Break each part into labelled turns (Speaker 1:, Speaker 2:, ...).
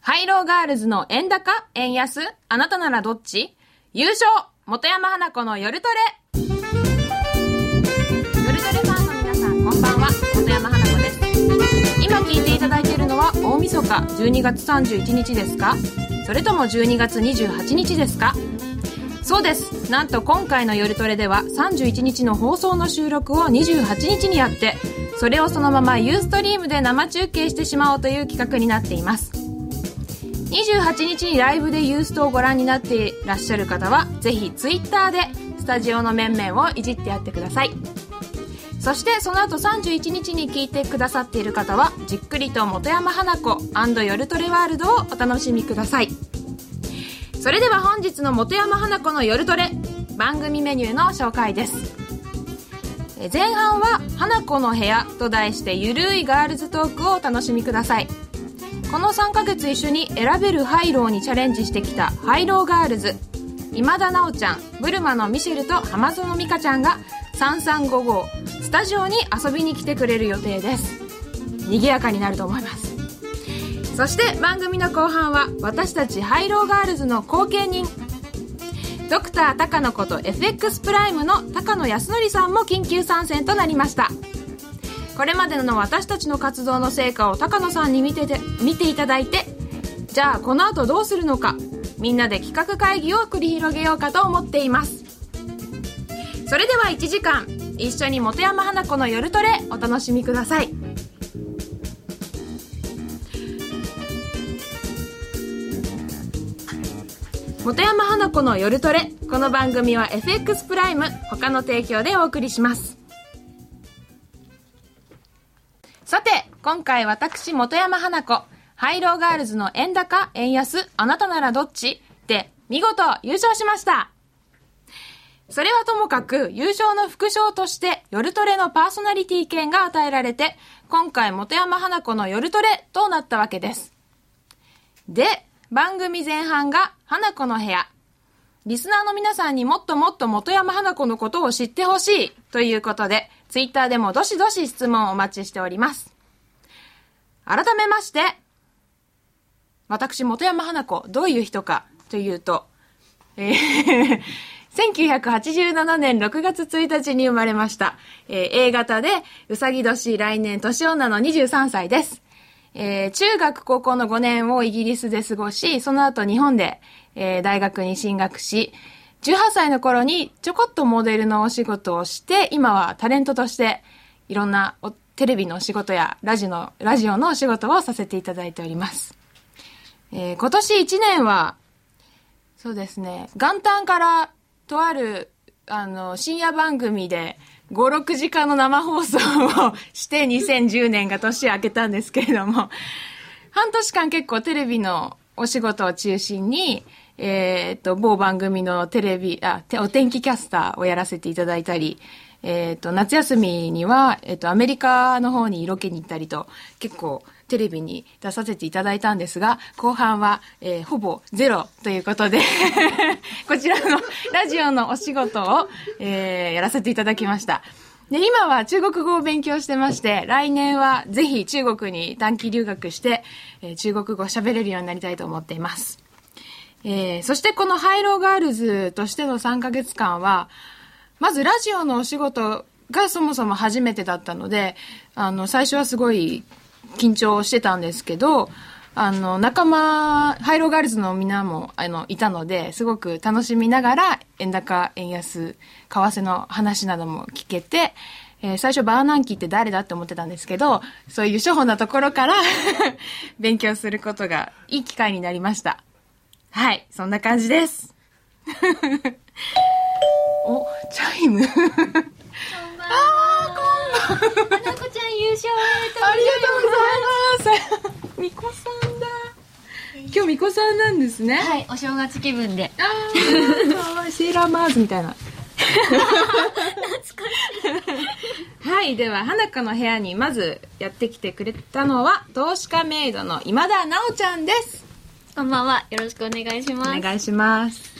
Speaker 1: ハイローガールズの円高円安あなたならどっち優勝元山花子の夜トレ夜トレファンの皆さんこんばんは元山花子です今聞いていただいているのは大晦日12月31日ですかそれとも12月28日ですかそうですなんと今回の「夜トレ」では31日の放送の収録を28日にやってそれをそのままユーストリームで生中継してしまおうという企画になっています28日にライブでユーストをご覧になっていらっしゃる方はぜひ Twitter でスタジオの面々をいじってやってくださいそしてその後31日に聞いてくださっている方はじっくりと元山花子夜トレワールドをお楽しみくださいそれでは本日の元山花子の夜トレ番組メニューの紹介ですえ前半は「花子の部屋」と題してゆるいガールズトークをお楽しみくださいこの3ヶ月一緒に選べるハイローにチャレンジしてきたハイローガールズ今田奈緒ちゃんブルマのミシェルと浜園美香ちゃんが3355スタジオに遊びに来てくれる予定です賑やかになると思いますそして番組の後半は私たちハイローガールズの後見人ドクター高野こと FX プライムの高野康則さんも緊急参戦となりましたこれまでの私たちの活動の成果を高野さんに見てて見ていただいてじゃあこの後どうするのかみんなで企画会議を繰り広げようかと思っていますそれでは1時間一緒に本山花子の夜トレお楽しみください本山花子の夜トレこの番組は FX プライム他の提供でお送りしますさて、今回私、元山花子、ハイローガールズの円高、円安、あなたならどっちで、見事優勝しましたそれはともかく、優勝の副賞として、夜トレのパーソナリティ権が与えられて、今回、元山花子の夜トレとなったわけです。で、番組前半が、花子の部屋。リスナーの皆さんにもっともっと元山花子のことを知ってほしいということで、ツイッターでもどしどし質問をお待ちしております。改めまして、私、元山花子、どういう人かというと、えー 1987年6月1日に生まれました。えー、A 型で、うさぎ年、来年、年女の23歳です。えー、中学、高校の5年をイギリスで過ごし、その後日本で、えー、大学に進学し、18歳の頃にちょこっとモデルのお仕事をして、今はタレントとしていろんなテレビのお仕事やラジオの、ラジオのお仕事をさせていただいております。えー、今年1年は、そうですね、元旦からとある、あの、深夜番組で5、6時間の生放送をして2010年が年明けたんですけれども、半年間結構テレビのお仕事を中心に、えー、っと、某番組のテレビ、あ、お天気キャスターをやらせていただいたり、えー、っと、夏休みには、えー、っと、アメリカの方にロケに行ったりと、結構テレビに出させていただいたんですが、後半は、えほぼゼロということで こちらのラジオのお仕事を、えやらせていただきました。で、今は中国語を勉強してまして、来年はぜひ中国に短期留学して、えー、中国語喋れるようになりたいと思っています。えー、そしてこのハイローガールズとしての3ヶ月間は、まずラジオのお仕事がそもそも初めてだったので、あの、最初はすごい緊張してたんですけど、あの、仲間、ハイローガールズのみんなも、あの、いたので、すごく楽しみながら、円高、円安、為替の話なども聞けて、えー、最初バーナンキーって誰だって思ってたんですけど、そういう初歩なところから 勉強することがいい機会になりました。はい、そんな感じです。 お、チャイム
Speaker 2: ああ、こんばんは。花子ちゃん優勝
Speaker 1: ありがとうございます。みこさんだ。今日みこさんなんですね。
Speaker 2: はい、お正月気分で。
Speaker 1: ああ、セーラーマーズみたいな。はいでは花子の部屋にまずやってきてくれたのは投資家メイドの今田奈緒ちゃんです
Speaker 2: こんばんはよろしくお願いします
Speaker 1: お願いします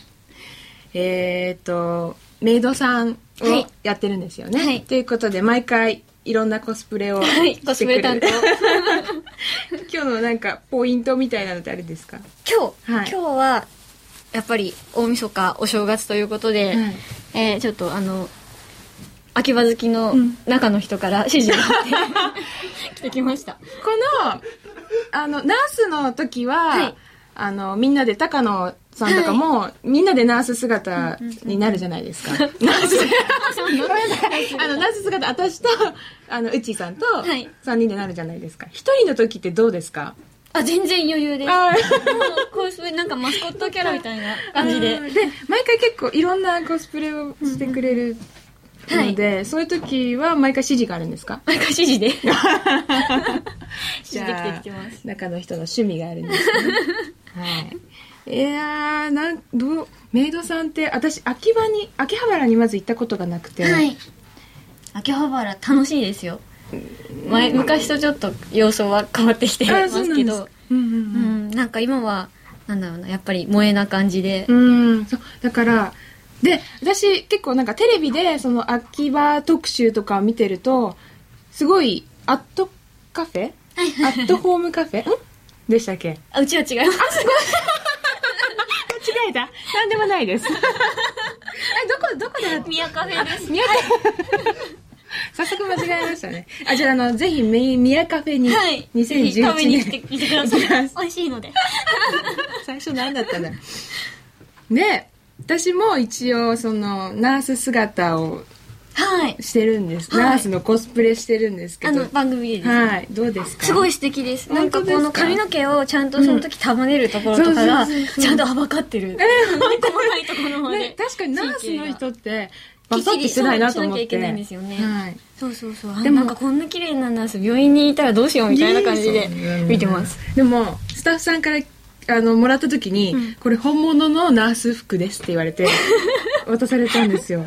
Speaker 1: えー、っとメイドさんをやってるんですよね、はい、ということで毎回いろんなコスプレを
Speaker 2: はい、コ スプレ担当。
Speaker 1: 今日のなんかポイントみたいなのってあれですか、
Speaker 2: 今日、
Speaker 1: はい
Speaker 2: 今日は、やっぱり大晦日お正月ということで、
Speaker 1: はい
Speaker 2: えーちょっとあの、秋葉好きの中の人から指示があって、来てき ました。
Speaker 1: このあのナースの時は、
Speaker 2: はい
Speaker 1: あのみんなで高野さんとかも、みんなでナース姿になるじゃない ですか、ナースごめんなさいあのナース姿私とあのうちさんと
Speaker 2: い
Speaker 1: 3人でなるじゃないですか一人の時ってどうですか
Speaker 2: あ、全然余裕です。も
Speaker 1: あー
Speaker 2: うコスプレ、なんかマスコットキャラみたいな感じで
Speaker 1: う。んで毎回結構いろんなコスプレをしてくれる
Speaker 2: うんうん
Speaker 1: ので、そういう時は毎回指示があるんですか
Speaker 2: 毎回指示 で。指
Speaker 1: じ
Speaker 2: 示
Speaker 1: ゃ
Speaker 2: で
Speaker 1: あ
Speaker 2: 来てきてます。
Speaker 1: 中の人の趣味があるん ですねはいいやーなんどうメイドさんって私秋葉に秋葉原にまず行ったことがなくて、
Speaker 2: はい。秋葉原楽しいですよ。前、昔とちょっと様相は変わってきて
Speaker 1: あ
Speaker 2: ま
Speaker 1: ーそう
Speaker 2: す
Speaker 1: なん
Speaker 2: け
Speaker 1: です
Speaker 2: ど。
Speaker 1: うんう
Speaker 2: うんん、なんか今は、なんだろうな、やっぱり萌えな感じで
Speaker 1: う。んうんそうだからで私結構なんかテレビでその秋葉特集とかを見てるとすごいアットカフェアットホームカフェん でしたっけ
Speaker 2: あ、うちは違います。
Speaker 1: 間違えたなんでもないですえどこどこで
Speaker 2: 宮カフェです。
Speaker 1: 宮カフェ早速間違えましたねあじゃああのぜひみ宮カフェに、
Speaker 2: はい。
Speaker 1: 2018
Speaker 2: 食べに来て
Speaker 1: 年
Speaker 2: きてください。 美味しいので。
Speaker 1: 最初何だったんだろうで私も一応そのナース姿を
Speaker 2: はい。
Speaker 1: してるんです、
Speaker 2: はい
Speaker 1: ナースのコスプレしてるんですけ
Speaker 2: あ
Speaker 1: ど
Speaker 2: の、番組でです。
Speaker 1: はいどうですか
Speaker 2: すごい素敵です。なんか
Speaker 1: 本当です
Speaker 2: こ
Speaker 1: か
Speaker 2: の髪の毛をちゃんとその時束ねるところとか
Speaker 1: うん
Speaker 2: が、
Speaker 1: そうそうそうそう
Speaker 2: ちゃんとはばかってる。えなんかもない ところま
Speaker 1: ね
Speaker 2: で。
Speaker 1: 確かにナースの人って
Speaker 2: が
Speaker 1: バサッとしてないなと思っ
Speaker 2: き
Speaker 1: て
Speaker 2: っちりそうしなきゃいけないんですよね
Speaker 1: はい
Speaker 2: そうそうそう。あ
Speaker 1: でも
Speaker 2: なんかこんな綺麗なナース、病院にいたらどうしようみたいな感じで見てます。
Speaker 1: でもスタッフさんからあのもらった時に、
Speaker 2: うん
Speaker 1: これ本物のナース服です」って言わ れて渡されたんですよ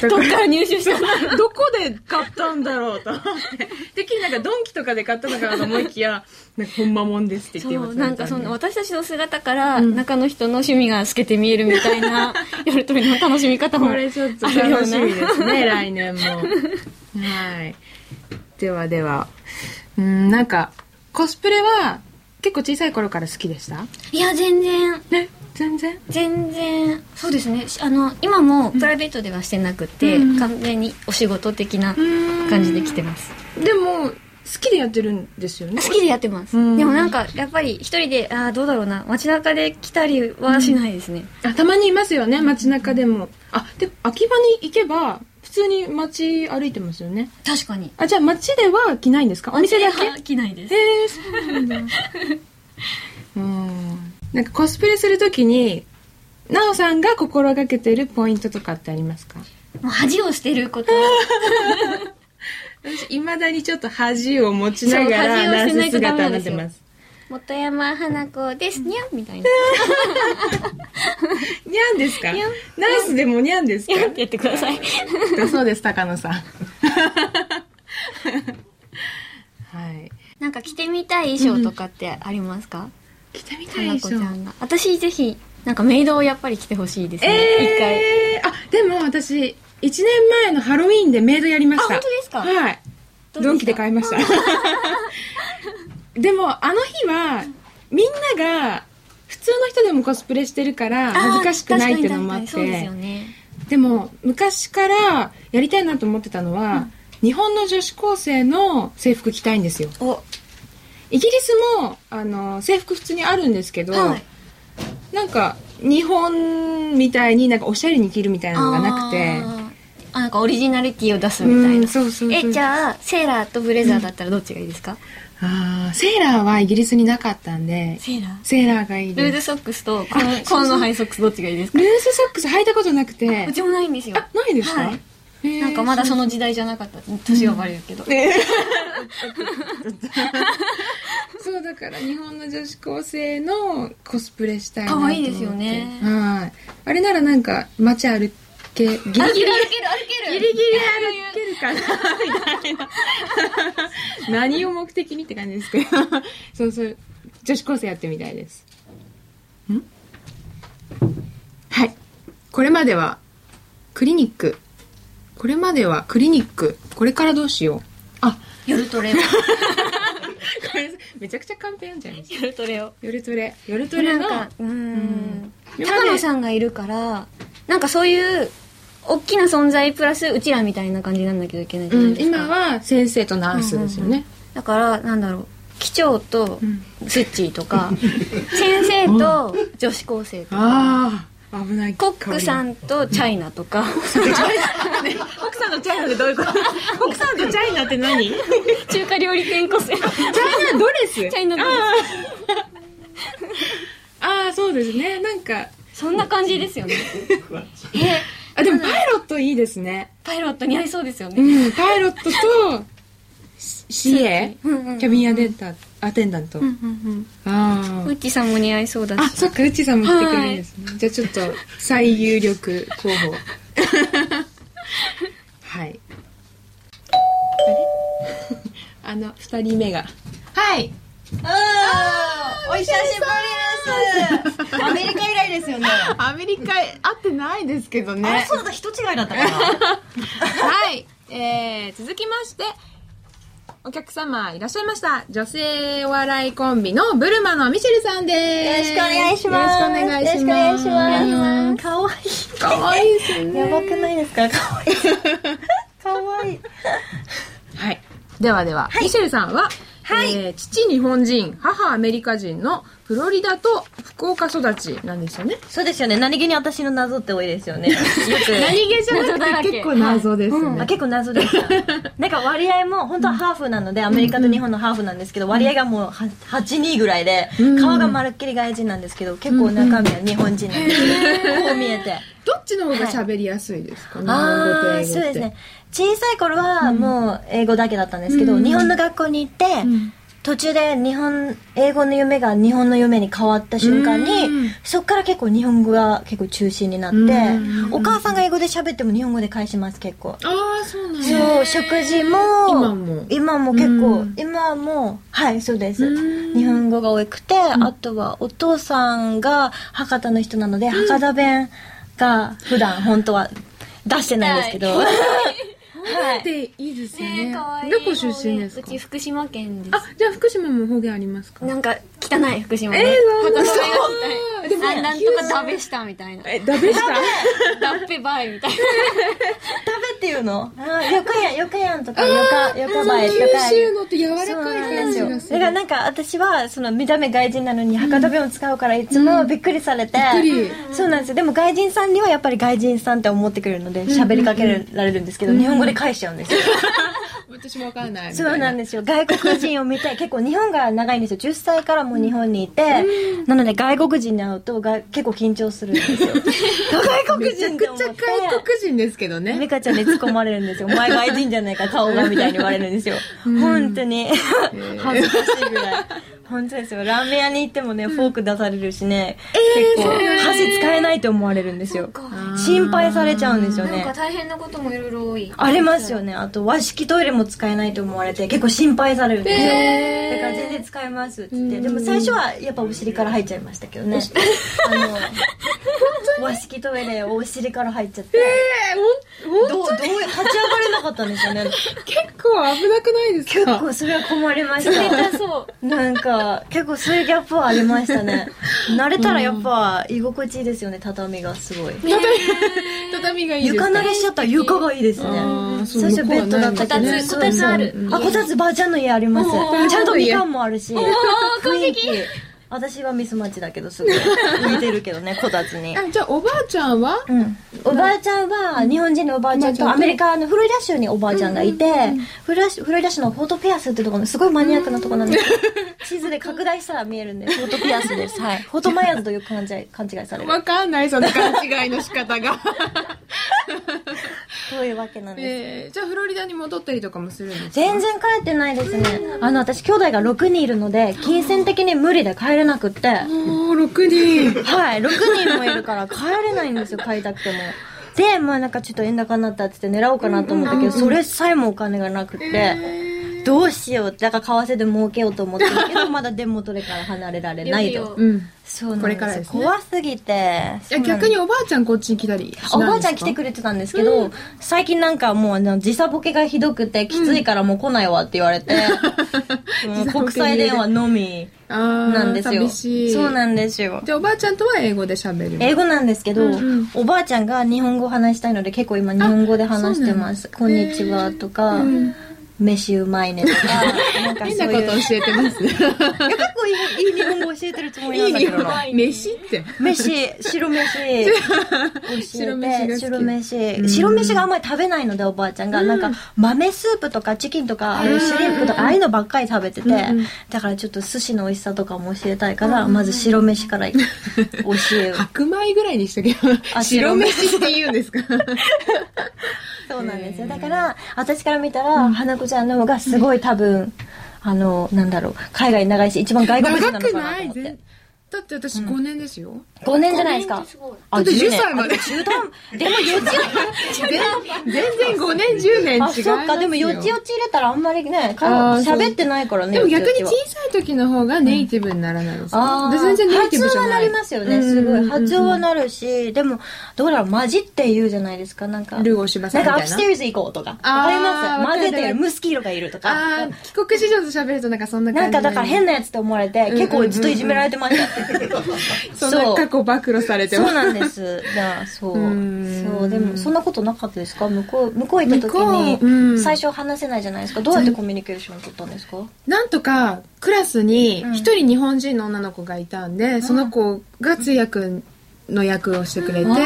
Speaker 1: だ
Speaker 2: ど
Speaker 1: か
Speaker 2: っから入手した
Speaker 1: らどこで買ったんだろ うと思っててっきりなんかドンキとかで買ったのかなと思いきや「なんかほんまもんです」って言
Speaker 2: そ
Speaker 1: って渡され
Speaker 2: う
Speaker 1: た
Speaker 2: なんかその
Speaker 1: で
Speaker 2: 私たちの姿から
Speaker 1: うん
Speaker 2: 中の人の趣味が透けて見えるみたい な夜飛びの楽しみ方も
Speaker 1: これちょっと
Speaker 2: あるよう
Speaker 1: 楽し
Speaker 2: な
Speaker 1: みですね来年もはいではではうんなんかコスプレは結構小さい頃から好きでした
Speaker 2: いや全然
Speaker 1: ね全然
Speaker 2: 全然そうですねしあの今もプライベートではしてなくて、
Speaker 1: うん
Speaker 2: 完全にお仕事的な
Speaker 1: 感
Speaker 2: 感じで来てます、
Speaker 1: でも好きでやってるんですよね
Speaker 2: 好きでやってます、
Speaker 1: うん
Speaker 2: でもなんかやっぱり一人でああどうだろうな街中で来たりはしないですね、
Speaker 1: あたまにいますよね街中でもあで秋葉に行けば普通に街歩いてますよね
Speaker 2: 確かに
Speaker 1: あじゃあ街では着ないんですかお店だけ
Speaker 2: け来ないです
Speaker 1: えー、そうなんだうんなんかコスプレするときになおさんが心がけてるポイントとかってありますか
Speaker 2: もう恥を捨てること
Speaker 1: 私いまだにちょっと恥を持ち
Speaker 2: ながら
Speaker 1: ナー
Speaker 2: ナ
Speaker 1: ス
Speaker 2: ース姿
Speaker 1: 姿
Speaker 2: に
Speaker 1: に
Speaker 2: な
Speaker 1: な
Speaker 2: っ
Speaker 1: ってて
Speaker 2: ま
Speaker 1: ます
Speaker 2: 元山花子ですにゃんみたいな
Speaker 1: にゃんですか
Speaker 2: にゃん
Speaker 1: ナースでもにゃんですか
Speaker 2: にゃんってやってください
Speaker 1: だそうです高野さんはい
Speaker 2: なんか着てみたい衣装とかってありますか、
Speaker 1: 着てみたい衣
Speaker 2: 花子ち
Speaker 1: 装
Speaker 2: ゃんが。私ぜひ、なんかメイドをやっぱり着てほしいですね。一、回。
Speaker 1: えー、あでも私1年前のハロウィーンでメイドやりま
Speaker 2: あ、
Speaker 1: した
Speaker 2: 本当ですか
Speaker 1: はいドンキで買い
Speaker 2: ま
Speaker 1: ましたでもあの日はみんなが普通の人でもコスプレしてるから恥ずかしくないっていうのもあって
Speaker 2: そうですよね。
Speaker 1: でも昔からやりたいなと思ってたのは、日本の女子高生の制服着たいんですよ
Speaker 2: お、
Speaker 1: イギリスもあの制服普通にあるんですけど、
Speaker 2: はい。
Speaker 1: なんか日本みたいになんかおしゃれに着るみたいなのがなくて
Speaker 2: あーあ、なんかオリジナリティを出すみたい
Speaker 1: うん
Speaker 2: な。
Speaker 1: そうそうそう
Speaker 2: え、じゃあ、セーラーとブレザーだったらどっちがいいですか、
Speaker 1: あーセーラーはイギリスになかったんで
Speaker 2: セーラー
Speaker 1: セーラーがいい
Speaker 2: ルー
Speaker 1: で
Speaker 2: ズ
Speaker 1: す
Speaker 2: ソックスと、こ
Speaker 1: あそうそう
Speaker 2: の、このハイソックスどっちがいいですか
Speaker 1: ルーズソックス履いたことなくて
Speaker 2: うちもないんですよ。
Speaker 1: あないですか、
Speaker 2: はい
Speaker 1: へー
Speaker 2: なんかまだその時代じゃなかった。年がバレるけど。
Speaker 1: そうだから日本の女子高生のコスプレしたいなと
Speaker 2: 可
Speaker 1: 思って
Speaker 2: 愛いですよね
Speaker 1: はいあれならなんか街歩けギリギリ
Speaker 2: 歩ける歩ける歩け
Speaker 1: ギリ
Speaker 2: る
Speaker 1: ギリ歩けるかなみたいな 何を目的にって感じですけどそうそう女子高生やってみたいですんはいこれまではクリニックこれまではクリニックこれからどうしようあ、
Speaker 2: 夜トレを。
Speaker 1: ごめんなさい。めちゃくちゃカンペ読んじゃいました。
Speaker 2: 夜トレを。
Speaker 1: 夜トレ。夜トレ
Speaker 2: な
Speaker 1: の
Speaker 2: ん、か、うーん。
Speaker 1: うん
Speaker 2: 高野さんがいるから、なんかそういう、大きな存在プラス、うちらみたいな感じなんなきゃいけないじゃ
Speaker 1: う
Speaker 2: ない
Speaker 1: ん、
Speaker 2: ですか。
Speaker 1: 今は先生とナースですよね。
Speaker 2: だから、なんだろう。機長と
Speaker 1: ん、
Speaker 2: スッチー とか、先生と女子高生とか、
Speaker 1: ああ、危ない。
Speaker 2: コックさ
Speaker 1: ん。
Speaker 2: んとチャイナと か、
Speaker 1: コックさんのチャイナってどういうこと コックさんとチャイナって何 チャイ
Speaker 2: 中華料理店個性。
Speaker 1: ナドレスチ
Speaker 2: チャイナドレス
Speaker 1: あーあー、そうですね。なんか、
Speaker 2: そんな感じで すよね。
Speaker 1: あ、でもパイロットいいですね。
Speaker 2: パイロットに合いそうですよ
Speaker 1: う
Speaker 2: ね。
Speaker 1: ん、パイロットと、し CA?
Speaker 2: うんうんうん
Speaker 1: キャビンアテンダントアテンダント。
Speaker 2: うんうん
Speaker 1: あ
Speaker 2: う
Speaker 1: ー
Speaker 2: ん。うちさんも似合いそうだ
Speaker 1: あ、
Speaker 2: し。
Speaker 1: そっか、うちさんも来てくれるんですね。じゃあちょっと、最有力候 補。はい。 あれあの、二人目が。はい。
Speaker 3: お久しぶりです。アメリカ以来ですよね。
Speaker 1: アメリカ会ってないですけど
Speaker 3: あれそうだ、人違いだったから。
Speaker 1: はい。えー、続きまして、お客様いらっしゃいました。女性お笑いコンビのブルマのミシェルさんです。
Speaker 3: よろしくお願いします
Speaker 1: よろしくお願いします。
Speaker 3: よろしくお願い
Speaker 1: します。かわいい。かわいいですね。
Speaker 3: やばくないですか かわいい。かわいい。
Speaker 1: はい。ではでは、ミシェルさんは、
Speaker 3: はい
Speaker 1: えー父日本人、母アメリカ人のフロリダと福岡育ちなんですよね。
Speaker 3: そうですよね。何気に私の謎って多いですよね。よく。
Speaker 1: 気じゃ
Speaker 2: なくて結構
Speaker 1: 謎ですね
Speaker 3: あ結構謎でした。なんか割合も、本当はハーフなので、アメリカと日本のハーフなんですけど、割合がもうは8、2ぐらいで、
Speaker 1: うん
Speaker 3: 顔がまるっきり外人なんですけど、結構中身は日本人なんですけど、こう見えて。
Speaker 1: どっちの方が喋りやすいですか、
Speaker 3: ああー
Speaker 1: 日
Speaker 3: そ
Speaker 1: 本語と英語
Speaker 3: う
Speaker 1: って。
Speaker 3: ですね小さい頃はもう英語だけだったんですけど、
Speaker 1: うん
Speaker 3: 日本の学校に行って、
Speaker 1: ん
Speaker 3: 途中で日本英語の夢が日本の夢に変わった瞬間に、
Speaker 1: うん
Speaker 3: そっから結構日本語が結構中心になって、
Speaker 1: うん
Speaker 3: お母さんが英語で喋っても日本語で返します結構、
Speaker 1: ああ、そうなんだ。
Speaker 3: そう食事も
Speaker 1: 今も
Speaker 3: 今も結構、
Speaker 1: うん
Speaker 3: 今もはいそうです、
Speaker 1: うん
Speaker 3: 日本語が多くて、あとはお父さんが博多の人なので、博多弁が普段本当は出してないんですけど、 は
Speaker 1: っ
Speaker 3: い、
Speaker 1: ていいですよね。
Speaker 2: ねえ、かわいい。
Speaker 1: どこ出身です
Speaker 2: う
Speaker 1: か
Speaker 2: ち福島県です
Speaker 1: あ。、じゃあ福島も方言ありますか
Speaker 2: なんか汚い福島
Speaker 1: えーなんだ嘘
Speaker 2: 博多弁が汚いあなんとかダベしたみたいな
Speaker 1: え、ダメした
Speaker 2: ダッペバイみたいな
Speaker 3: 食べっていうのあーよかやんよかやんとかよかよかばえと
Speaker 1: 九
Speaker 3: か
Speaker 1: 州のって柔ら
Speaker 3: そう
Speaker 1: かい
Speaker 3: なん
Speaker 1: 感
Speaker 3: です
Speaker 1: じ
Speaker 3: よ
Speaker 1: が
Speaker 3: だ
Speaker 1: す
Speaker 3: か
Speaker 1: る。
Speaker 3: らなんか私はその見た目外人なのに博多弁を使うからいつもびっくりされて、
Speaker 1: びっく
Speaker 3: そうなんですよでも外人さんにはやっぱり外人さんって思ってくれるので喋りかけられるんですけど、日本語で返しちゃうんですよ
Speaker 1: 私もわかんないみたい
Speaker 3: そうなんですよ。外国人を見たい。結構日本が長いんですよ。10歳からもう日本にいて。なので外国人に会うとが結構緊張するんです よ。外国
Speaker 1: めちゃ
Speaker 3: 人
Speaker 1: く
Speaker 3: で
Speaker 1: ちゃ
Speaker 3: 思って
Speaker 1: 外。国人ですけど
Speaker 3: 美
Speaker 1: ね。
Speaker 3: 香ちゃんに突っ込まれるんですよ。お前外人じゃないか、顔がみたいに言われるんですよ。本当に。恥ずかしいぐらい。本当ですよ。ラーメン屋に行ってもね、フォーク出されるしね、結構、箸使えないと思われるんですよ。心配されちゃうんですよね。
Speaker 2: なんか大変なこともいろいろ多い
Speaker 3: ありますよね。あと、和式トイレも使えないと思われて、結構心配されるんですよ。だから全然使えますって言って。でも最初はやっぱお尻から入っちゃいましたけどね。あの、和式トイレお尻から入っちゃって。
Speaker 1: えー、ほん、
Speaker 3: ど
Speaker 1: ほ
Speaker 3: う、どう、立ち上がれなかったんですよね。
Speaker 1: 結構危なくないです
Speaker 3: 結
Speaker 1: か
Speaker 3: 構それは困りました。
Speaker 2: そう
Speaker 3: なんか、結構そういうギャップはありましたね。慣れたらやっぱ居心地いいですよね、畳がすごい。
Speaker 1: 畳がいいですか
Speaker 3: 床慣れしちゃったら床がいいですね。
Speaker 1: あーそう
Speaker 3: 最初ベッドだったけど
Speaker 2: こた
Speaker 3: ね
Speaker 2: つこたつある
Speaker 3: あ、こたつばあちゃんの家あります
Speaker 2: おー。
Speaker 3: ちゃんとみかんもあるし。
Speaker 2: 完
Speaker 3: 雰囲
Speaker 2: 璧
Speaker 3: 気。私はミスマッチだけど、すごい。似てるけどね、こたつに。
Speaker 1: あじゃあおばあちゃんは
Speaker 3: うん、おばあちゃんは、日本人のおばあちゃん
Speaker 1: お
Speaker 3: と
Speaker 1: ばあちゃんと
Speaker 3: アメリカのフロリダ州におばあちゃんがいて、フロリダ州フロリダ州のフォートピアスってところのすごいマニアックなとこ なんですけど地図で拡大したら見えるんで、フォートピアスです。 はい。フォートマイヤーズとよく勘違い勘違いされる。
Speaker 1: わかんないその勘違いの仕方が
Speaker 3: そういうわけなんです。
Speaker 1: えーじゃあフロリダに戻ったりとかもするんですか
Speaker 3: 全然帰ってないですね。あの、私、兄弟が6人いるので、金銭的に無理で帰れなくって。
Speaker 1: おー6人
Speaker 3: はい、6人もいるから帰れないんですよ、買いたくても。で、まあなんかちょっと円高になったって言って狙おうかなと思ったけど、それさえもお金がなくて、どうしようだから為替で儲けようと思ってるけどまだデモトレから離れら れない
Speaker 2: よ
Speaker 3: と
Speaker 2: り
Speaker 1: うん。い
Speaker 3: そうなん
Speaker 1: これ
Speaker 3: です
Speaker 1: からですね
Speaker 3: 怖すぎて
Speaker 1: や、逆におばあちゃんこっちに来たりしないですか
Speaker 3: おばあちゃん来てくれてたんですけど、最近なんかもうあの時差ボケがひどくてきついからもう来ないわって言わ れて、もう
Speaker 1: 時差ボケ
Speaker 3: 国際電話のみ
Speaker 1: あー
Speaker 3: なんですよ
Speaker 1: 寂しい。
Speaker 3: そうなんですよ
Speaker 1: で、おばあちゃんとは英語で喋る。
Speaker 3: 英語なんですけど、
Speaker 1: うんうん
Speaker 3: おばあちゃんが日本語を話したいので結構今日本語で話してます「こんにちは」とか、飯うまいね」とかなんかそう
Speaker 1: 変なこ
Speaker 3: いう
Speaker 1: と教えてますね。
Speaker 3: いや結構いいいい日本語教えてるつもりなんだけどな
Speaker 1: 飯って。
Speaker 3: 飯白飯教えて
Speaker 1: 白
Speaker 3: 白
Speaker 1: 飯が好
Speaker 3: 飯
Speaker 1: き
Speaker 3: 白飯
Speaker 1: うん
Speaker 3: があんまり食べないのでおばあちゃんが、なんか豆スープとかチキンとかああいうシュリンプとかああいうのばっかり食べてて、
Speaker 1: ん
Speaker 3: だからちょっと寿司の美味しさとかも教えたいから、まず白飯か ら教えよう
Speaker 1: 白米ぐらいにしたけど、
Speaker 3: あ
Speaker 1: 白
Speaker 3: 白
Speaker 1: 飯って言うんですか
Speaker 3: そうなんですよ。だから、私から見たら、花子ちゃんの方がすごい多分、あの、なんだろう、海外長いし、一番外国人
Speaker 1: 長
Speaker 3: なの
Speaker 1: く
Speaker 3: かな
Speaker 1: な
Speaker 3: と
Speaker 1: い
Speaker 3: 思って
Speaker 1: 全。だって私5年ですよ。
Speaker 3: 5年じゃないですか。あ
Speaker 1: だって
Speaker 3: 10
Speaker 1: 10
Speaker 3: 年
Speaker 1: 歳まで。
Speaker 3: 中途でもよちよ
Speaker 1: 全全然5年10年違い
Speaker 3: あ、
Speaker 1: ますよ
Speaker 3: そっか、でもよちよち入れたらあんまりね、彼
Speaker 1: あーそう
Speaker 3: 喋ってないからね。
Speaker 1: でも逆
Speaker 3: よち
Speaker 1: に
Speaker 3: よ
Speaker 1: 小
Speaker 3: ちは
Speaker 1: さい時の方がネイティブにならないですか、
Speaker 3: あー
Speaker 1: 全然ネイティブじゃない
Speaker 3: 発音はなりますよね、すご
Speaker 1: うんうんう
Speaker 3: い。
Speaker 1: んうん
Speaker 3: 発音はなるし、でも、どうだろう、混じって言うじゃないですか、なんか。
Speaker 1: ルー大柴さんみ
Speaker 3: な
Speaker 1: たいな
Speaker 3: んか、アップステーズ行こうとか。わ
Speaker 1: あー
Speaker 3: かりま
Speaker 1: わ
Speaker 3: す
Speaker 1: かる
Speaker 3: 混ぜてる、ムスキーロがいるとか。
Speaker 1: ああ帰国子女と喋るとなんかそんな
Speaker 3: な
Speaker 1: 感
Speaker 3: ん
Speaker 1: じ
Speaker 3: かだから変
Speaker 1: な
Speaker 3: なやつって思われて、結構ずっといじめられて ました。
Speaker 1: そんな過去暴露されて
Speaker 3: そう
Speaker 1: ます
Speaker 3: なんです。じゃあ、そ
Speaker 1: う
Speaker 3: う。
Speaker 1: ん
Speaker 3: そう、でも、そんなことなかったですか向こう、向こう行った時
Speaker 1: 向こうう
Speaker 3: に、
Speaker 1: ん
Speaker 3: 最初話せないじゃないですか。どうやってコミュニケーション取ったんですか
Speaker 1: なんとかクラスに
Speaker 3: うん
Speaker 1: 一人日本人の女の子がいたんで、その子が通訳の役をしてくれて、
Speaker 3: うんあ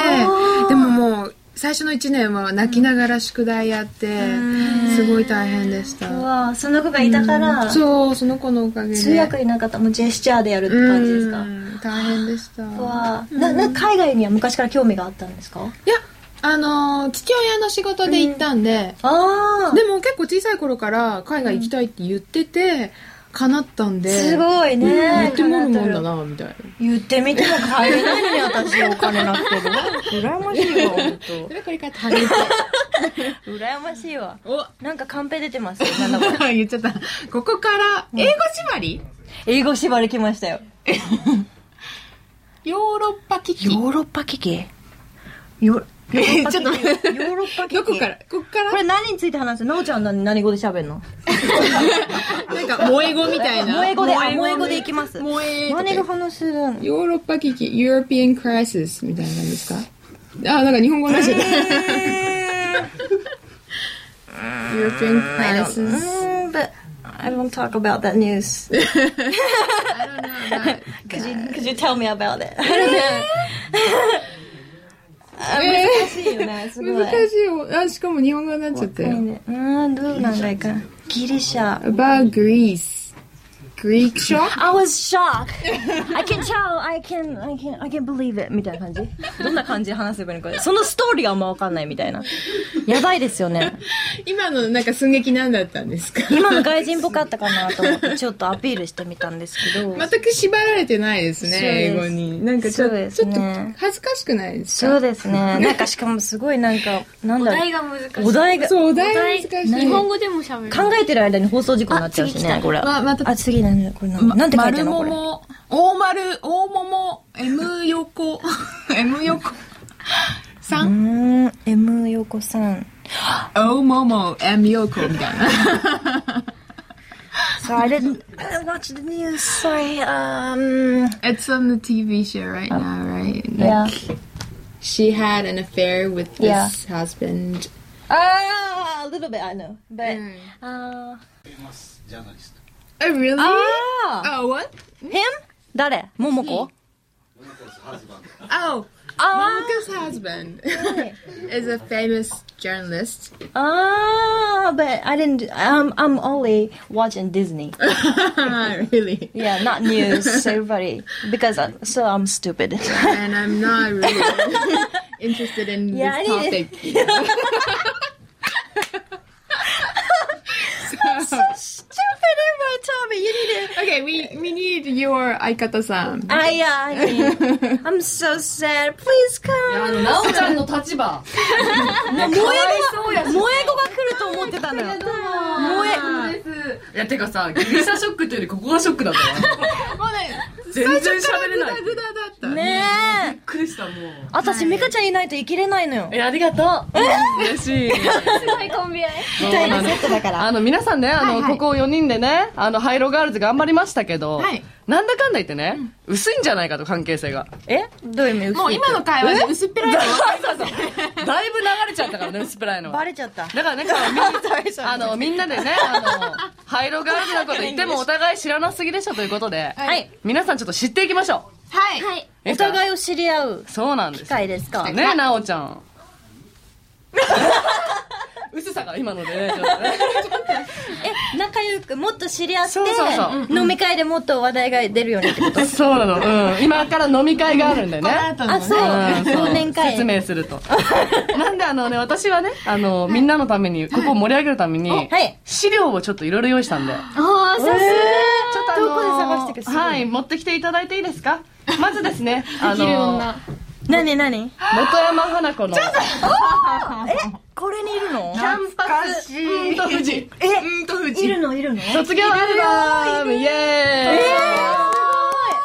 Speaker 3: ー
Speaker 1: でももう最初の1年は泣きながら宿題やって、
Speaker 3: うん
Speaker 1: すごい大変でした、
Speaker 3: うわその子がいたから、通
Speaker 1: そうその子のおかげで
Speaker 3: 訳いなかった。もうジェスチャーでやるって感じですか
Speaker 1: う。ん大変でした
Speaker 3: うわな、な、海外には昔から興味があったんですか
Speaker 1: いやあのー父親の仕事で行ったんで、
Speaker 3: あ
Speaker 1: でも結構小さい頃から海外行きたいって言ってて、叶ったんで。
Speaker 3: すごいね
Speaker 1: うん言ってもあるもんだな、みたいな。
Speaker 3: 言ってみても買えないのに私お金なくて。羨ましいわ、ほんと
Speaker 1: そ。れこれから食べて。
Speaker 3: 羨ましいわ。
Speaker 1: お
Speaker 3: なんかカンペ出てますよなんだこれ
Speaker 1: 言っちゃった。ここから、英語縛り
Speaker 3: 英語縛り来ましたよ。
Speaker 1: ヨーロッパ危機。
Speaker 3: ーロッパ危機ヨーロッパ危機
Speaker 1: ちょっと待って
Speaker 3: ヨーロッパ危機
Speaker 1: どこからここか
Speaker 3: こ
Speaker 1: ら
Speaker 3: れ何について話すのなおちゃん何何語で喋るの
Speaker 1: なんか、萌え語みたいな。
Speaker 3: 萌え語で、あ、萌え語でいきます。
Speaker 1: 萌えとか
Speaker 3: 何
Speaker 1: 言
Speaker 3: 語
Speaker 1: う
Speaker 3: 話すの
Speaker 1: ヨーロッパ危機、European Crisis みたいなんですかあ、なんか日本語らしい。European
Speaker 3: I don't
Speaker 1: Crisis.
Speaker 3: know, but I won't talk about that news.
Speaker 1: I don't know about
Speaker 3: Could you, could you tell me about it? あ難しいよね、すごい。
Speaker 1: 難しいよ。あ、しかも日本語になっちゃった
Speaker 3: いい
Speaker 1: よ。
Speaker 3: ねうん、どうなんだいか。ギリシャ。
Speaker 1: about Greece. Greek shock?
Speaker 3: I was shocked. I can tell. I can, I can, I can believe it. みたいな感じ。どんな感じで話せばいいのか。そのストーリーがあんまわかんないみたいな。やばいですよね。
Speaker 1: 今のなんか寸劇なんだったんですか
Speaker 3: 今の外人っぽかったかなと思って、ちょっとアピールしてみたんですけど。
Speaker 1: 全く縛られてないです
Speaker 3: そう
Speaker 1: ね、
Speaker 3: で
Speaker 1: 英
Speaker 3: す
Speaker 1: 語に。なんかちょ,、
Speaker 3: そうで
Speaker 1: ち
Speaker 3: す
Speaker 1: ょっ
Speaker 3: ね
Speaker 1: と恥ずかしくないです
Speaker 3: そう
Speaker 1: か
Speaker 3: ですね。なんかしかもすごいなんか、なん
Speaker 2: お
Speaker 3: だろ
Speaker 2: 題が難し
Speaker 3: う。お
Speaker 2: い。
Speaker 3: 題が。
Speaker 1: そう、お題が難しい。
Speaker 2: 日本語でも喋る。
Speaker 3: 考えてる間に放送事故になっちゃうしね、これ。
Speaker 1: ままた
Speaker 3: あ、次なんだ、これなんだなんて書いてあるのこれ。
Speaker 1: 丸桃、大丸、大桃、M 横、M 横、
Speaker 3: う
Speaker 1: 3、
Speaker 3: ーん、M 横さん。
Speaker 1: 大桃、M 横みたいな。
Speaker 3: So I didn't I didn't watch the news. Sorry. Um,
Speaker 1: It's on the TV show right now, right?
Speaker 3: yeah.
Speaker 1: She had an affair with
Speaker 3: Yeah.
Speaker 1: this husband.
Speaker 3: Ah, a little bit I know, but
Speaker 1: Mm.
Speaker 3: uh,
Speaker 4: famous journalist.
Speaker 1: Oh, really?
Speaker 3: ah,
Speaker 1: oh, what?
Speaker 3: him? 誰？モモコ？
Speaker 4: Monaco's husband.
Speaker 1: Oh,
Speaker 3: あ
Speaker 1: Monaco's husband
Speaker 3: ー
Speaker 1: is a famous journalist.
Speaker 3: あー、but ah, I didn't. I'm I'm only watching Disney.
Speaker 1: really?
Speaker 3: Yeah, not news. Everybody, because I, so I'm stupid.
Speaker 1: And I'm not really interested in
Speaker 3: Yeah,
Speaker 1: this
Speaker 3: I
Speaker 1: topic.
Speaker 3: need
Speaker 1: so,
Speaker 3: stupid, everybody. Tell me you need to.
Speaker 1: okay, we, we need your Aikata-san.
Speaker 3: I yeah, I'm so sad. Please come.
Speaker 5: なおちゃんの立場
Speaker 3: もう萌え語が萌え語が来ると思ってたのよ。萌え。
Speaker 5: ですいやてかさギリシャショックというよりここがショックだったわ
Speaker 1: もうね、
Speaker 5: 全然喋れない
Speaker 1: グダグダだった。
Speaker 3: ねえ
Speaker 5: びっくりしたもう
Speaker 3: 私美香ちゃんいないと生きれないのよ
Speaker 5: えありがとう嬉しい
Speaker 2: すごいコンビ愛。
Speaker 5: そうなんです
Speaker 3: トだか
Speaker 5: あの皆さんね、あの、
Speaker 1: はいはい
Speaker 5: ここ4人でね、あの、ハイローガールズ頑張りましたけど、
Speaker 1: はい
Speaker 5: なんだかんだ言ってね、薄いんじゃないかと関係性が。
Speaker 3: えどういう意味
Speaker 1: もう今の会話で薄っぺらいの分かりますね
Speaker 5: だいぶ流れちゃったからね、薄っぺらいのは。
Speaker 3: バレちゃった
Speaker 5: だからね、 みあの、みんなでね、あの、ハイローガールズのこと言ってもお互い知らなすぎでしょということで、
Speaker 3: はい
Speaker 5: 皆さんちょっと知っていきましょ
Speaker 1: はい。
Speaker 5: う。
Speaker 3: お互
Speaker 5: い
Speaker 3: いを知り合う
Speaker 5: そうなんで
Speaker 3: 機
Speaker 5: すよ。
Speaker 3: 会ですか
Speaker 5: ねなおちゃん。 薄さが今のでね、ちょっとね。
Speaker 3: え仲良くもっと知り合って
Speaker 5: そうそうそう
Speaker 3: 飲み会でもっと話題が出るようにってこと
Speaker 5: そうなの、うん。今から飲み会があるんだよね。
Speaker 3: あそう
Speaker 5: そう
Speaker 3: 忘年会
Speaker 5: 説明すると。なんであのね、私はね、あの、みんなのために、ここを盛り上げるために
Speaker 3: はい、
Speaker 5: 資料をちょっといろいろ用意したんで。ちょ
Speaker 2: ああ、さすが。
Speaker 5: っとあの
Speaker 3: どこで探してくすごい
Speaker 5: はい、持ってきていただいていいですかまずですね、あ
Speaker 2: 切る
Speaker 5: の、
Speaker 2: 女。
Speaker 3: 何何
Speaker 5: 元山花子の、キ
Speaker 3: これにいるの
Speaker 5: ャンパス、うんと富士。
Speaker 3: え
Speaker 5: うんと富
Speaker 3: い
Speaker 5: 士
Speaker 3: る。のいるの
Speaker 5: 卒業アルバム、イエ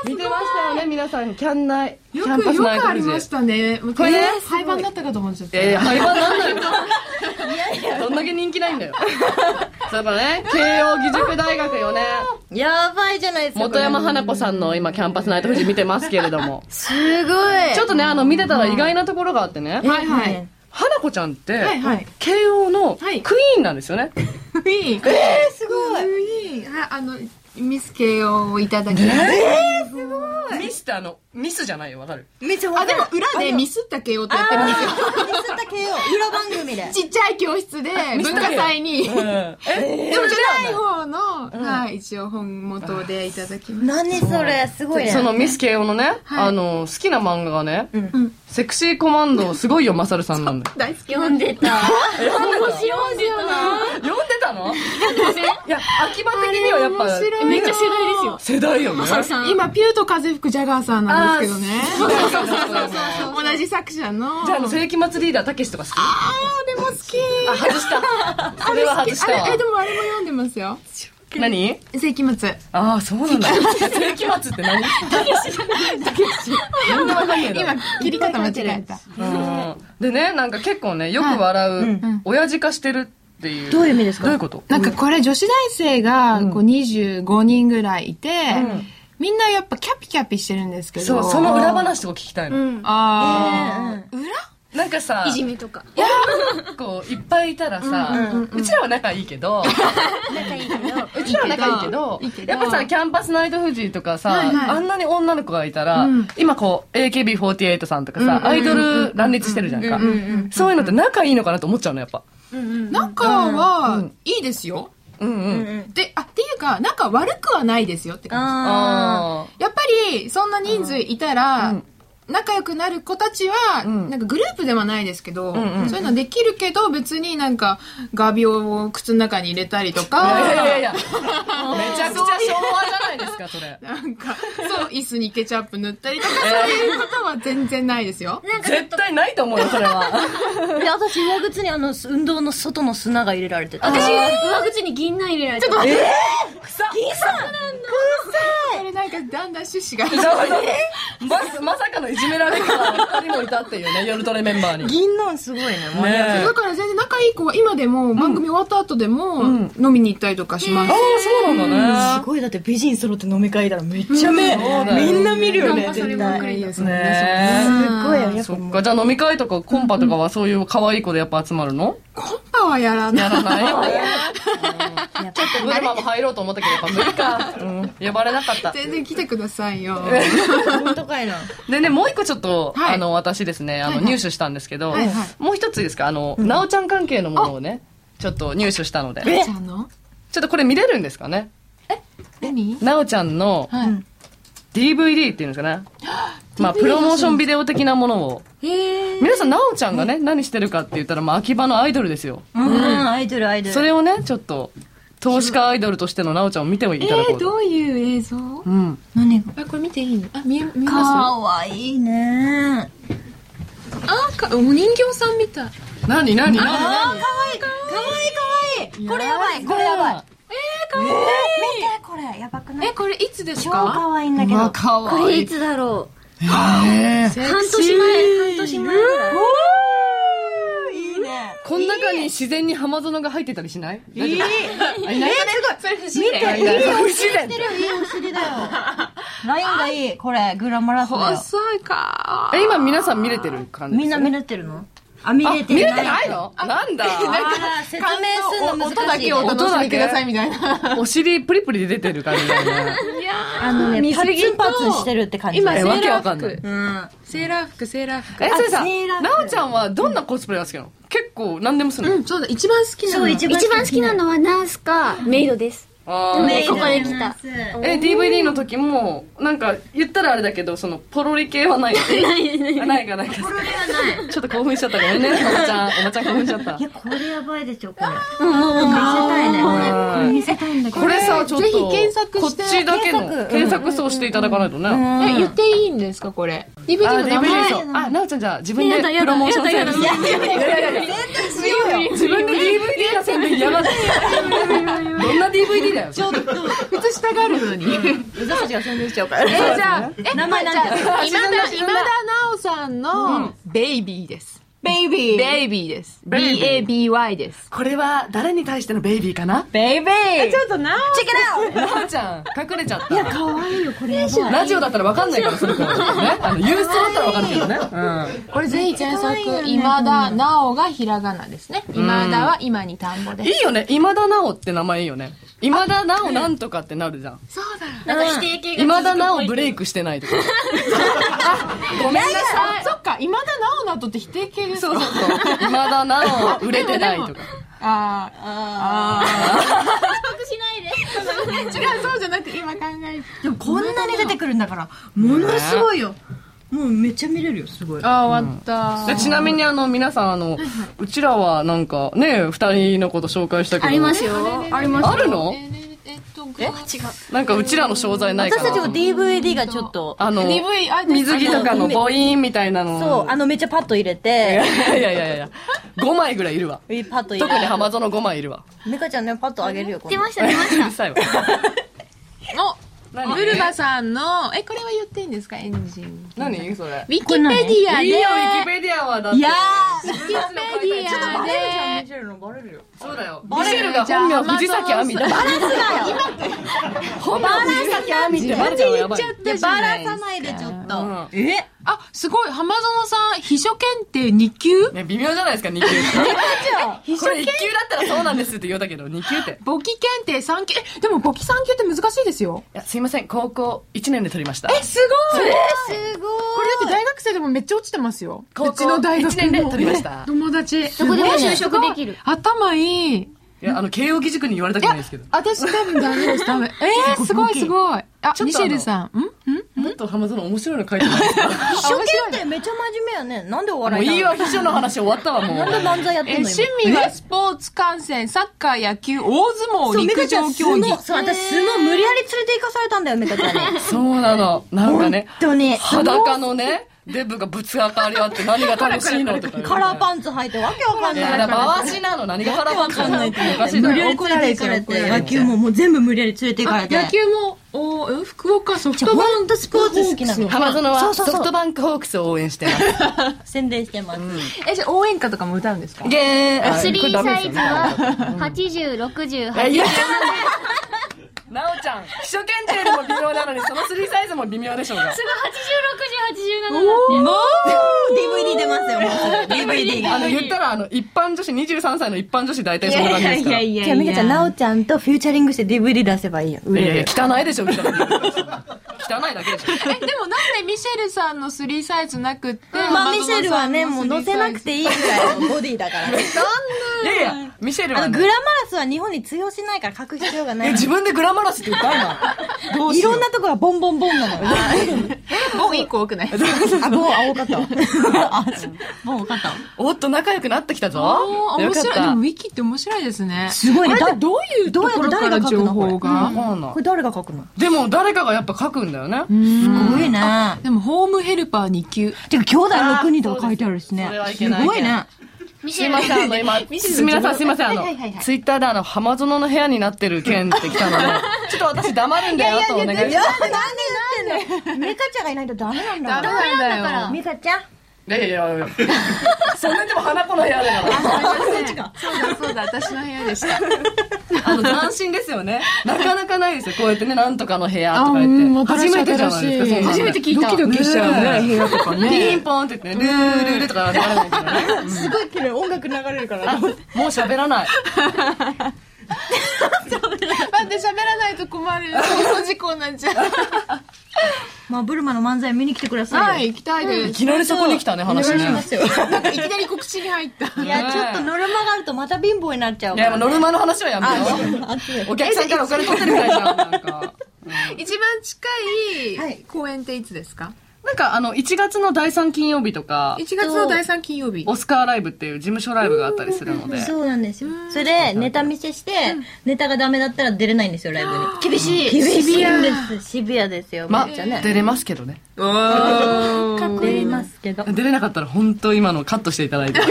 Speaker 5: ーイ見てましたよね、皆さん、キャンナイ。キ
Speaker 1: よ
Speaker 5: ャン
Speaker 1: く、
Speaker 5: パス
Speaker 1: よ
Speaker 5: ナイ
Speaker 1: く
Speaker 5: ト
Speaker 1: あり
Speaker 5: 富
Speaker 1: ま
Speaker 5: 士
Speaker 1: し。たね。これ
Speaker 5: れね
Speaker 1: ね、廃盤だったかと思っちゃった。
Speaker 5: えー、廃盤なんないのどんだけ人気ないんだよ。そうだね、慶応義塾大学よね。
Speaker 3: やばいじゃないですかこ
Speaker 5: 元
Speaker 3: れ
Speaker 5: 山花子さんの今、キャンパスナイト富士見てますけれ ども。
Speaker 3: すごい
Speaker 5: ちょっとね、あの、見てたら意外なところがあってね。
Speaker 1: はいはい。
Speaker 5: 花子ちゃんって、
Speaker 1: はいはい。
Speaker 5: 慶応のク
Speaker 1: はい
Speaker 5: イーンなんですよね。
Speaker 1: クイーン。
Speaker 3: えーすごい
Speaker 1: クイーン。はい、あの、ミス系をいただきました
Speaker 5: ミスってあの、ミスじゃないよ、わかる。
Speaker 3: めっちゃ
Speaker 1: あ、
Speaker 3: わか
Speaker 1: で
Speaker 3: る
Speaker 1: も裏でミスった系をってやってるんですよ。
Speaker 3: ミスった系よ裏番組で
Speaker 1: ちっちゃい教室で文化祭に。で
Speaker 5: う
Speaker 1: も
Speaker 5: ん。え、
Speaker 1: じゃない方の、はい、一応本元でいただきまし
Speaker 3: 何それすごいね
Speaker 5: そのミス慶応のね、
Speaker 1: はい
Speaker 5: あの、好きな漫画がね、
Speaker 1: ん
Speaker 5: セクシーコマンド、すごいよ、マサルさんなん だよ。
Speaker 1: た。大好き。
Speaker 2: 読んでた。面白いですよな。
Speaker 5: 読んでたの いや、秋葉的にはやっぱ、
Speaker 1: 面白い。
Speaker 2: めっちゃ世代ですよ。
Speaker 5: 世代よね。
Speaker 2: マサル さん。
Speaker 1: 今、ピューと風吹くジャガーさんなんですけどね。
Speaker 5: そうそうそうそう
Speaker 1: 同じ作者の。
Speaker 5: じゃあ、あの世紀末リーダー、たけしとか好きあ、
Speaker 1: あー、でも好き。
Speaker 5: 外した。それは外し
Speaker 1: あ
Speaker 5: た
Speaker 1: れ、え、
Speaker 5: わ
Speaker 1: で。もあれも読んでますよ。
Speaker 5: 何
Speaker 1: 世紀末。
Speaker 5: ああ、そうなんだ。世紀末って何たけしじゃない。たけし。なんでわかんねえ
Speaker 1: 今
Speaker 5: だ。、
Speaker 1: 切り方間違えた。
Speaker 5: うんでね、なんか結構ね、よく笑う、親父化してるっていう。
Speaker 3: どういう意味ですか
Speaker 5: どういうこと
Speaker 1: なんかこれ女子大生がこう25人ぐらいいて、
Speaker 5: ん
Speaker 1: みんなやっぱキャピキャピしてるんですけど。
Speaker 5: そう、その裏話とか聞きたいの。
Speaker 1: あー、裏
Speaker 5: なんかさ、
Speaker 2: いじめとか。
Speaker 5: こう、いっぱいいたらさ、うちらは仲いいけど、
Speaker 3: 仲いいけど
Speaker 5: うちらは仲いいけど
Speaker 1: いいけ、ど
Speaker 5: やっぱさ、キャンパスナイト富士とかさ、
Speaker 1: はいはい
Speaker 5: あんなに女の子がいたら、
Speaker 1: うん
Speaker 5: 今こう、AKB48 さんとかさ、アイドル乱立してるじゃんか。そういうのって仲いいのかなと思っちゃうの、やっぱ。
Speaker 1: 仲は、いいですよ。
Speaker 5: うんうん。
Speaker 1: で、あ、っていうか、仲悪くはないですよって感
Speaker 3: あ
Speaker 5: あ
Speaker 1: じ。やっぱり、そんな人数いたら、
Speaker 5: うん
Speaker 1: 仲良くなる子たちは、
Speaker 5: ん
Speaker 1: なんかグループではないですけど、
Speaker 5: んうん
Speaker 1: そういうのできるけど、別になんか、画鋲を口の中に入れたりとか、
Speaker 5: あ。いやいやい や、めちゃくちゃ昭和じゃないですか、それ。
Speaker 1: なんか、そう、椅子にケチャップ塗ったりとか、そういうことは全然ないですよ。
Speaker 5: 絶対ないと思うよ、それ は。
Speaker 3: ーで私上靴にあの運動の外の砂が入れられてた
Speaker 2: 私、上口に銀杏入れられてた。
Speaker 1: それなんか、だんだん趣旨が。
Speaker 5: ま、まさかのいじめられ方が2人もいたっていうね、夜トレメンバーに。ね
Speaker 3: 銀杏すごいねもう
Speaker 5: えあ
Speaker 1: だから全然仲いい子は今でも番組終わった後でも
Speaker 5: ん
Speaker 1: 飲みに行ったりとかします。
Speaker 5: あ、そうなんだね
Speaker 3: す。ごいだって美人揃って飲み会だらめっちゃ目、みんな見るよね絶対
Speaker 1: いいです
Speaker 5: ね
Speaker 3: すっごいよやっぱ
Speaker 5: そっか、じゃあ飲み会とかコンパとかはそういう可愛い子でやっぱ集まるの
Speaker 1: コンパはやらない。
Speaker 5: やらないよね。うんちょっとブルマも入ろうと思ったけど、やっぱ無理か。うん呼ばれなかった。
Speaker 1: 全然来てくださいよ。
Speaker 3: 本当かいな
Speaker 5: でね、もう一個ちょっと、
Speaker 1: はい
Speaker 5: あの、私ですね、あ
Speaker 1: はい
Speaker 5: の、
Speaker 1: はい
Speaker 5: 入手したんですけど
Speaker 1: はいはい、
Speaker 5: もう一ついいですか、あの、なおちゃん関係のものをね、ちょっと入手したので、
Speaker 1: えちゃんの
Speaker 5: ちょっとこれ見れるんですかね。
Speaker 1: 何
Speaker 5: なおちゃんの
Speaker 1: はい。
Speaker 5: DVD っていうんですかね。まあ、プロモーションビデオ的なものを。皆さん、なおちゃんがね、何してるかって言ったら、まあ、秋葉のアイドルですよ。
Speaker 3: うんアイドルアイドル
Speaker 5: それをね、ちょっと、投資家アイドルとしてのなおちゃんを見ていただこうと。
Speaker 1: ういう映像あ、
Speaker 5: うん。
Speaker 3: 何が
Speaker 1: これ見ていいのあ、見え、見え
Speaker 3: か
Speaker 1: ま
Speaker 3: わいいね
Speaker 1: すあ、か、お人形さんみたい。
Speaker 5: 何何
Speaker 3: あーか
Speaker 5: 何
Speaker 3: わいいかわいいかわいいこれやばい
Speaker 5: これやばい。
Speaker 1: えー、かわいい
Speaker 3: これやばくな
Speaker 1: え、
Speaker 3: い
Speaker 1: これいつです
Speaker 3: 超
Speaker 1: か
Speaker 3: 可愛いんだけ
Speaker 5: ま
Speaker 3: ど
Speaker 5: あ、か
Speaker 2: こ
Speaker 5: わ
Speaker 2: れ
Speaker 5: い
Speaker 2: い
Speaker 5: い。
Speaker 2: つだろ
Speaker 5: へ
Speaker 2: う
Speaker 5: え
Speaker 2: 半年前半年前ぐらい
Speaker 3: いいね
Speaker 5: この中に自然に浜園が入ってたりしない大丈夫あいないかね
Speaker 1: それ不自然。
Speaker 5: いない不自然。
Speaker 3: いいお尻だよラインがいいこれグラマラスだよ
Speaker 1: 細いか。
Speaker 5: え、今皆さん見れてる感じ
Speaker 3: みんな見
Speaker 5: れ
Speaker 3: れてるのあ見
Speaker 5: あ、見
Speaker 3: れ
Speaker 5: れ
Speaker 3: て
Speaker 5: て
Speaker 3: ない
Speaker 5: ないのなんだ。
Speaker 3: あら説明するの
Speaker 6: 音だ
Speaker 3: 難しい
Speaker 6: けをお楽しみくださいみたいな。
Speaker 5: お尻プリプリで出てる感じだよね。
Speaker 3: あのねパツンパツンしてるって感じ
Speaker 1: 今、
Speaker 5: え
Speaker 1: セ
Speaker 5: わ
Speaker 1: ー
Speaker 5: け
Speaker 1: ラ
Speaker 5: わ
Speaker 1: ー
Speaker 5: かんない
Speaker 1: 服。セーラー服、セーラー服。
Speaker 5: え、それさ、
Speaker 3: セーラー服
Speaker 5: なおちゃんはどんなコスプレが好きなの結構何でもする
Speaker 1: う
Speaker 5: の
Speaker 1: ん、そうだ、一番好きなの。
Speaker 3: そう一番
Speaker 2: 一番好きなのはナースかメイドです
Speaker 5: あー
Speaker 3: メイド
Speaker 2: ここで来た
Speaker 5: え、DVD の時も、なんか、言ったらあれだけど、その、ポロリ系はない。ない、ないか、ないか。ポロリはない。ちょっと興奮しちゃった。ごめんね、おばちゃん。おばちゃん興奮しちゃった
Speaker 3: い。やこれやばいでしょこれ
Speaker 5: これ見せたいんだこれさ、ちょっと、
Speaker 1: ぜひ検索
Speaker 5: こ
Speaker 1: し
Speaker 5: ってちだけの
Speaker 3: 検索
Speaker 5: 検索そうしていただかないとね。あ、
Speaker 1: え、言っていいんですか、これ。DVD の名
Speaker 5: DVD
Speaker 1: 前
Speaker 5: そう。あ、なおちゃんじゃあ、自分でプロモーションセールする。自分で DVD の宣伝やばい。どんな DVD だよ。ちょっと、
Speaker 1: 靴下があるのに。
Speaker 6: 私たちが宣伝しちゃうから。
Speaker 1: え、じゃあ、え、
Speaker 3: 名前なんて
Speaker 1: 今田、 今田奈緒さんの、ベイビーです。
Speaker 6: ベイビー。
Speaker 1: ベイビーです。
Speaker 5: ベイビー
Speaker 1: B-A-B-Y です。
Speaker 5: これは誰に対してのベイビーかな
Speaker 3: ベイベー
Speaker 1: ょっとな
Speaker 5: なおちゃん、隠れちゃった。
Speaker 3: 可愛いよこれやばい
Speaker 5: ラジオだったらわかんないから、それこそね。あの、郵送だったらわかるけどね。
Speaker 1: これぜひ検索、今田なおがひらがなですね。今田は今に田んぼ
Speaker 5: う
Speaker 1: で
Speaker 5: ん。
Speaker 1: す
Speaker 5: い。いよね。今田なおって名前いいよね。今田なおなんとかってなるじゃん。
Speaker 2: なんか否定形
Speaker 5: 今田なおブレイクしてないとか。あごめんなさい。
Speaker 1: そっか、今田なおなどって否定形です
Speaker 5: そうそうそう。今田なお売れてないとか。
Speaker 1: あーあ
Speaker 2: 得しない で
Speaker 1: ー。違う、そうじゃなく今考えて。
Speaker 3: でもこんなに出てくるんだからものすごいよもうめっちゃ見れるよすごい
Speaker 1: あー、終わった。
Speaker 5: でちなみにあの、皆さんあの、うちらはなんか、ね、二人のこと紹介したけど。
Speaker 2: ありますよあります
Speaker 5: あるの
Speaker 1: えーえっと、
Speaker 2: え違う
Speaker 5: なんかうちらの商材ないか
Speaker 3: 私たちも
Speaker 5: ら。
Speaker 3: DVD がちょっと
Speaker 5: あの、
Speaker 1: DV あ
Speaker 5: 水着とかのボインみたいなの。
Speaker 3: そうあのめっちゃパッと入れ
Speaker 5: い
Speaker 3: て
Speaker 5: やいやいやいや、5枚ぐらいいるわ。
Speaker 3: えパッと入れ
Speaker 5: 特に
Speaker 3: て
Speaker 5: 浜園5枚いるわ。
Speaker 3: 美香ちゃんねパッとあげるよこ
Speaker 2: 出ました出ま
Speaker 5: う
Speaker 2: した
Speaker 5: るさいわ。
Speaker 1: の、ブルマさんの、え、これは言っていいんですかエンジン。
Speaker 5: 何それ
Speaker 1: ウ。ィキペディアで、
Speaker 5: いいよ、ウィキ
Speaker 1: ウ
Speaker 5: ペディアはだって。
Speaker 3: いや
Speaker 5: ウィキペ
Speaker 1: ィキペディアで、
Speaker 5: そうだよ。ミシェルが本名、藤崎亜美だ。バラすなよ本名、藤崎亜美ってバラちゃうわやばい。
Speaker 3: ーでバラさないでちょっと
Speaker 5: う
Speaker 3: え
Speaker 1: あ、すごい、浜園さん、秘書検定2級
Speaker 5: んね、微妙じゃないですか、2級って。これ1級だったらそうなんですって言うだけど、2級って。い
Speaker 1: 簿記検定3級。え、でも簿記3級って難しいですよ。
Speaker 5: や、すいません、高校1年で取りました。
Speaker 1: え、すごい
Speaker 2: すご
Speaker 1: これだって大学生でもめっちゃ落ちてますよ。
Speaker 5: 高校
Speaker 1: うちの大学
Speaker 5: 一年で
Speaker 1: の
Speaker 5: 取りました
Speaker 1: 友達。ど
Speaker 2: こでも就職できる。
Speaker 1: 頭いい。
Speaker 5: いや、あの、慶応義塾に言われたくないですけど。
Speaker 1: 私多分ダメです、ダメ。 えー、すごいすごい。あ、
Speaker 5: ちょっとあの
Speaker 1: ミシェルさん。んん
Speaker 5: もっと浜園面白いの書いてないですか
Speaker 3: 一生懸命めっちゃ真面目やねなんでお
Speaker 5: も
Speaker 3: 笑
Speaker 5: う
Speaker 3: いない
Speaker 5: い
Speaker 3: の
Speaker 5: わ、秘書の話終わったわ、もう。
Speaker 3: なんで漫才やっ
Speaker 1: えー
Speaker 3: てんの
Speaker 1: 趣
Speaker 3: 今
Speaker 1: 味はスポーツ観戦、サッカー、野球、大相撲、
Speaker 3: そう、メ
Speaker 1: 陸
Speaker 3: カちゃ
Speaker 1: 上
Speaker 3: ん、
Speaker 1: 競技。
Speaker 3: そう、私、スノー無理やり連れて行かされたんだよ、メカち ゃんに。
Speaker 5: そうなの。なんかね、
Speaker 3: 本当に。
Speaker 5: 裸のね、デブがぶつかり合って何が楽しいのとか。
Speaker 3: カラー
Speaker 5: ン。
Speaker 3: パンツ履いてわけわかん
Speaker 5: いや、
Speaker 3: ない。
Speaker 5: だから回しなの。何がカラーパンかわかんないっておかしいだ
Speaker 3: 無
Speaker 5: ろ
Speaker 3: 理やり連れて
Speaker 1: 怒
Speaker 3: 行かれ
Speaker 1: られ
Speaker 3: て、
Speaker 1: ちゃう
Speaker 3: 野球ももう全部無理やり連れて行か
Speaker 1: あ
Speaker 3: れて。
Speaker 1: 野球も、おーうん福岡ソフ
Speaker 3: ちょ、
Speaker 1: トバ
Speaker 3: ほ
Speaker 1: ン
Speaker 3: んと
Speaker 1: ク
Speaker 3: スポーツ好きなの。
Speaker 5: 浜園
Speaker 3: そ
Speaker 5: は
Speaker 3: うそ
Speaker 5: ソ
Speaker 3: うそう
Speaker 5: フトバンクホークスを応援してます。
Speaker 3: 宣伝してます。
Speaker 1: え、じゃあ応援歌とかも歌うんですか
Speaker 5: ゲー
Speaker 2: スリーサイズは
Speaker 5: ズ
Speaker 2: 8068
Speaker 5: いや、なおちゃん、秘書検定でも微妙なのに、その3サイズも微妙でしょうが。
Speaker 2: す
Speaker 3: もう !DVD 出ますよ、もう。DVD
Speaker 5: あ
Speaker 3: が。
Speaker 5: の、言ったら、あの、一般女子、23歳の一般女子大体そんな感じですから。い
Speaker 3: じゃあ、メカちゃん、なおちゃんとフューチャリングして DVD 出せばいいよ。売
Speaker 5: やい
Speaker 3: れ
Speaker 5: や
Speaker 3: る。、
Speaker 5: 汚いでしょ、みたいな。汚いだけでし
Speaker 1: え、
Speaker 5: ょ。
Speaker 1: でもなんでミシェルさんのスリーサイズなくって、
Speaker 3: まあ、ミシェルはね、もう乗せなくていいぐらいのボディだからね。
Speaker 5: いやいや、ミシェルは
Speaker 3: あ
Speaker 5: ね、
Speaker 3: の、グラマラスは日本に通用しないから書く必要がな
Speaker 5: え
Speaker 3: い。
Speaker 5: 自分でグラマラスっ て言った今。どう
Speaker 3: い
Speaker 5: しよう
Speaker 3: ろんなとこがボンボンボンなのよ。
Speaker 1: もう一個多くない
Speaker 3: あ、ボン、あ、多かったわ。あボン、多かったわ。
Speaker 5: おっと仲良くなってきたぞ。
Speaker 1: おー面白い。
Speaker 5: よ
Speaker 1: で
Speaker 5: か
Speaker 1: も
Speaker 5: っ
Speaker 1: ウィキって面白いですね。
Speaker 3: すごいね。
Speaker 1: あれっ
Speaker 3: だ
Speaker 1: てどういうところから情報
Speaker 3: どう
Speaker 5: た。
Speaker 1: が
Speaker 5: わかんない
Speaker 3: これ誰が書くの
Speaker 5: でも誰かがやっぱ書くんだよね。
Speaker 3: すごいね。
Speaker 1: でも、ホームヘルパー2級。
Speaker 3: てか、兄弟6人とか書いてあるしね
Speaker 5: それは。いけ
Speaker 3: す
Speaker 5: ない
Speaker 3: ごいね。
Speaker 5: すいません、あの、今、皆さんすいません、あの
Speaker 6: はいはいは、い
Speaker 5: ツイッターであの、浜園の部屋になってる件ってきたの で、ちょっと私黙るんだよ、とお願いします。いや
Speaker 6: メカちゃんがいないとダメなんだ。
Speaker 1: ダメなんだよ。
Speaker 6: メカちゃん。
Speaker 5: いやいやいや、 そんなでも花子の部屋だから。
Speaker 1: そうだそうだ、私の部屋でした。
Speaker 5: あの、斬新ですよね。なかなかないですよ、こうやってね、なんとかの部屋とか
Speaker 1: あうん
Speaker 5: 言って。
Speaker 1: 新し
Speaker 5: 初
Speaker 1: い
Speaker 5: めてじゃないですか、そんなの
Speaker 1: 初めて聞いた
Speaker 5: ドキドキしちゃうね、部屋とかね。ピンポンって言ってね、ルールールとか流れないんだよね。
Speaker 6: すごい綺麗。音楽流れるから。
Speaker 5: あもう喋らない。
Speaker 1: 待って、喋らないと困る。放送事故になっちゃう。
Speaker 3: まあ、ブルマの漫才見に来てくださ。
Speaker 1: はいい、行きたいで
Speaker 5: い
Speaker 1: す。
Speaker 5: きなりそこに来たね、話ね。
Speaker 1: なんかいきなり告知に入った。
Speaker 3: いや、ちょっとノルマがあるとまた貧乏になっちゃう
Speaker 5: い
Speaker 3: か
Speaker 5: や、も
Speaker 3: ら
Speaker 5: う
Speaker 3: ね。
Speaker 5: ノルマの話はやめよう。お客さんからお金取ってるぐらいじゃん、なんか。
Speaker 1: 一番近い公演っていつですか
Speaker 5: なんかあの、1月の第3金曜日とか
Speaker 1: ?1、月の第3金曜日。
Speaker 5: オスカーライブっていう事務所ライブがあったりするので。
Speaker 3: そうなんですよ。それで、ネタ見せして、ネタがダメだったら出れないんですよ、ライブに。厳しい。厳しいんです。シビアですよ、
Speaker 5: まあ、
Speaker 3: めっちゃね。
Speaker 5: 出れますけどね。
Speaker 3: 出れますけど。
Speaker 5: 出れなかったら本当今のカットしていただいて。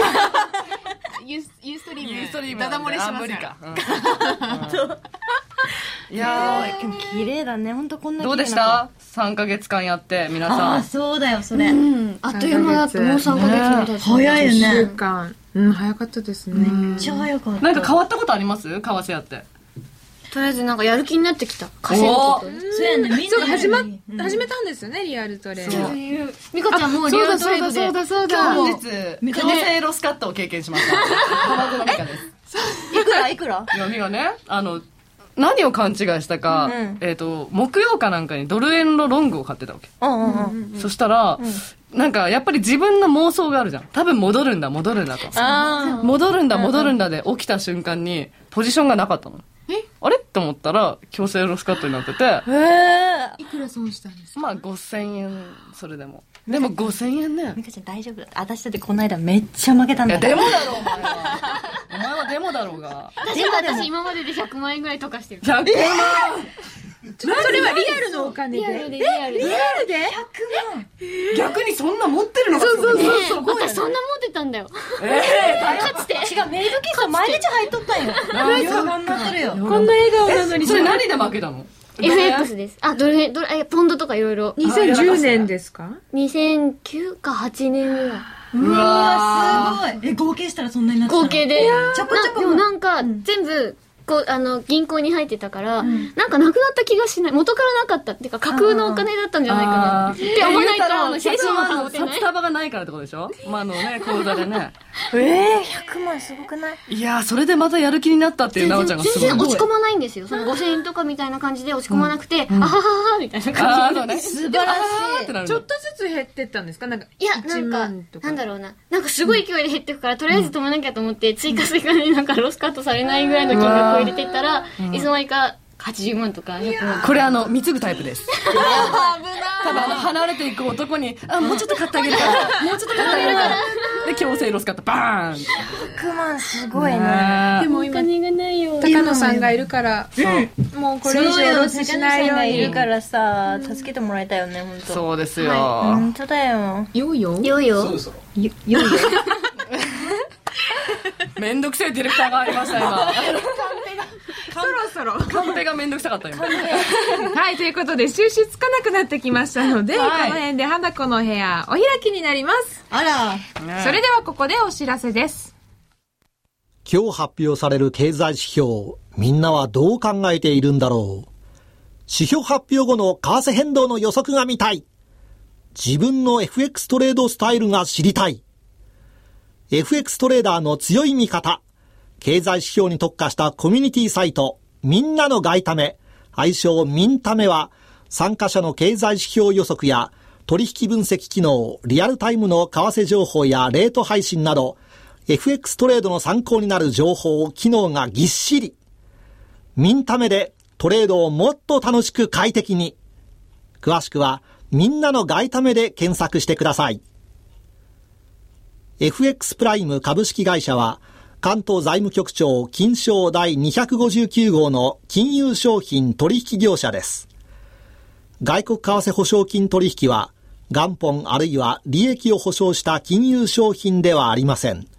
Speaker 1: ユースユーストリーム、ダダ漏れしますから。。
Speaker 5: いや
Speaker 3: でも綺麗だね、ほんとこん
Speaker 5: ー、
Speaker 3: な
Speaker 5: どうでし
Speaker 3: 綺麗な
Speaker 5: た ?3 ヶ月間やって、皆
Speaker 3: あ
Speaker 5: さ
Speaker 3: あ、
Speaker 5: ん。
Speaker 3: そうだよ、それ。
Speaker 2: うん。あっという間だって、もう3ヶ月も経つ。
Speaker 3: 早いよ
Speaker 1: 1週
Speaker 3: ね。
Speaker 1: 間。うん、早かったですね。
Speaker 3: めっちゃ早かった。
Speaker 5: なんか変わったことありますかわせやって。
Speaker 2: とりあえずなんかやる気になってきた。
Speaker 5: お
Speaker 2: 稼ぐこ
Speaker 5: ー
Speaker 3: そうやね、みん
Speaker 1: そう
Speaker 3: な。
Speaker 1: か、始ま、始めたんですよね、リアルトレ。
Speaker 5: そう
Speaker 2: と。ミカちゃんもうリアルトレードで。
Speaker 1: だ、そう
Speaker 5: 本日、可能性ロスカットを経験しま した。浜園美香です。
Speaker 3: いくらいくら
Speaker 5: いやみがねあの何を勘違いしたか、
Speaker 3: うん
Speaker 5: えっ、と木曜かなんかにドル円のロングを買ってたわけ、
Speaker 3: うんうんうん。
Speaker 5: そしたら、なんかやっぱり自分の妄想があるじゃん多分戻るんだ戻るんだと
Speaker 3: あ
Speaker 5: 戻るんだ戻るんだで起きた瞬間にポジションがなかったのあれって思ったら強制ロスカットになって
Speaker 3: あ。
Speaker 5: て
Speaker 3: へえ。
Speaker 1: いくら損したんです
Speaker 5: まあ5000円それでもでも5000円ね
Speaker 3: みかちゃん大丈夫だって。私だってこの間めっちゃ負けたん
Speaker 5: い
Speaker 3: だ
Speaker 5: や
Speaker 3: から。
Speaker 5: デモだろお前はお前はデモだろうが
Speaker 2: 私私今までで100万円ぐらいとかしてる。
Speaker 5: 100万
Speaker 1: それはリアルのお金
Speaker 2: リア
Speaker 1: で。
Speaker 2: ルでリアルで。
Speaker 5: 逆にそんな持ってるのかそうそう
Speaker 2: ねえ私そんな持ってたんだよ。かつて。
Speaker 3: 違う、メイド喫茶毎日入っとったんよ。
Speaker 5: 何
Speaker 3: 頑張ってるよ。
Speaker 5: こんな笑顔なのにそれ何で負けたの
Speaker 2: FX です。あ、ドル円、ドル、え、ポンドとかいろいろ。
Speaker 1: 2010年ですか
Speaker 2: 2009か8年ぐらい。
Speaker 5: うわ
Speaker 3: すごい。え、合計したらそんなになってたの
Speaker 2: 合計で。
Speaker 3: ちょこちょ
Speaker 2: な
Speaker 3: こ
Speaker 2: でもなんか、全部、こう、あの、銀行に入ってたから、なんかなくなった気がしない。元からなかった。っていうか、架空のお金だったんじゃないかな。って思わないと、あの、100万は保てない
Speaker 5: 札。束がないからってことでしょまああのね、口座でね。
Speaker 3: ええ100万すごくない
Speaker 5: いやー、それでまたやる気になったっていうなおちゃんがす
Speaker 2: 全
Speaker 5: ご
Speaker 2: 然
Speaker 5: い。
Speaker 2: 落ち込まないんですよ。その5000円とかみたいな感じで落ち込まなくて、あははは、みたいな
Speaker 5: あ
Speaker 2: 感
Speaker 5: あ、
Speaker 2: じ
Speaker 5: そうね。
Speaker 3: 素晴ら
Speaker 5: あーっ
Speaker 3: してい。
Speaker 5: なる
Speaker 1: ちょ
Speaker 5: の
Speaker 1: っ。とずつ減ってったんですかなんか、
Speaker 2: いや、なんか
Speaker 1: 1万と、か
Speaker 2: なんだろうな。なんかすごい勢いで減ってくから、とりあえず止めなきゃと思って、追加追加 でなんかロスカットされないぐらいの金額を入れていったら、いつの間にか80万とか100万とか。
Speaker 5: これあの、貢ぐタイプです。危ない。ただあの、離れていく男に、あ、もうちょっと買ってあげるから、もうちょっと買ってあげるから。で、強制ロスカット、バーン
Speaker 3: 100万すごいね。
Speaker 5: ね
Speaker 1: でも
Speaker 2: お
Speaker 1: 今、
Speaker 2: 金がないよ。
Speaker 1: 高野さんがいるから、もうこれ以上ロスしないよう
Speaker 3: いる
Speaker 1: に。
Speaker 3: からさ、助けてもらいたいよね、本当。
Speaker 5: そうですよ。
Speaker 3: 本当だよ。
Speaker 1: よいよ
Speaker 2: よいよ
Speaker 4: そ。ろそろ
Speaker 5: めんどくせえディレクターがありました、今。
Speaker 1: そろそろ。
Speaker 5: カンペがめんどくさかった、今。
Speaker 1: はい、ということで収拾つかなくなってきましたので、
Speaker 5: はい
Speaker 1: この辺で花子の部屋お開きになります。
Speaker 3: あら。
Speaker 1: それではここでお知らせです。
Speaker 7: 今日発表される経済指標、みんなはどう考えているんだろう。指標発表後の為替変動の予測が見たい。自分の FX トレードスタイルが知りたい。FX トレーダーの強い味方。経済指標に特化したコミュニティサイト、みんなの外為、愛称みんためは、参加者の経済指標予測や、取引分析機能、リアルタイムの為替情報やレート配信など、FX トレードの参考になる情報、機能がぎっしり。みんためでトレードをもっと楽しく快適に。詳しくは、みんなの外為で検索してください。FX プライム株式会社は、関東財務局長金賞第259号の金融商品取引業者です。外国為替保証金取引は、元本あるいは利益を保証した金融商品ではありません。為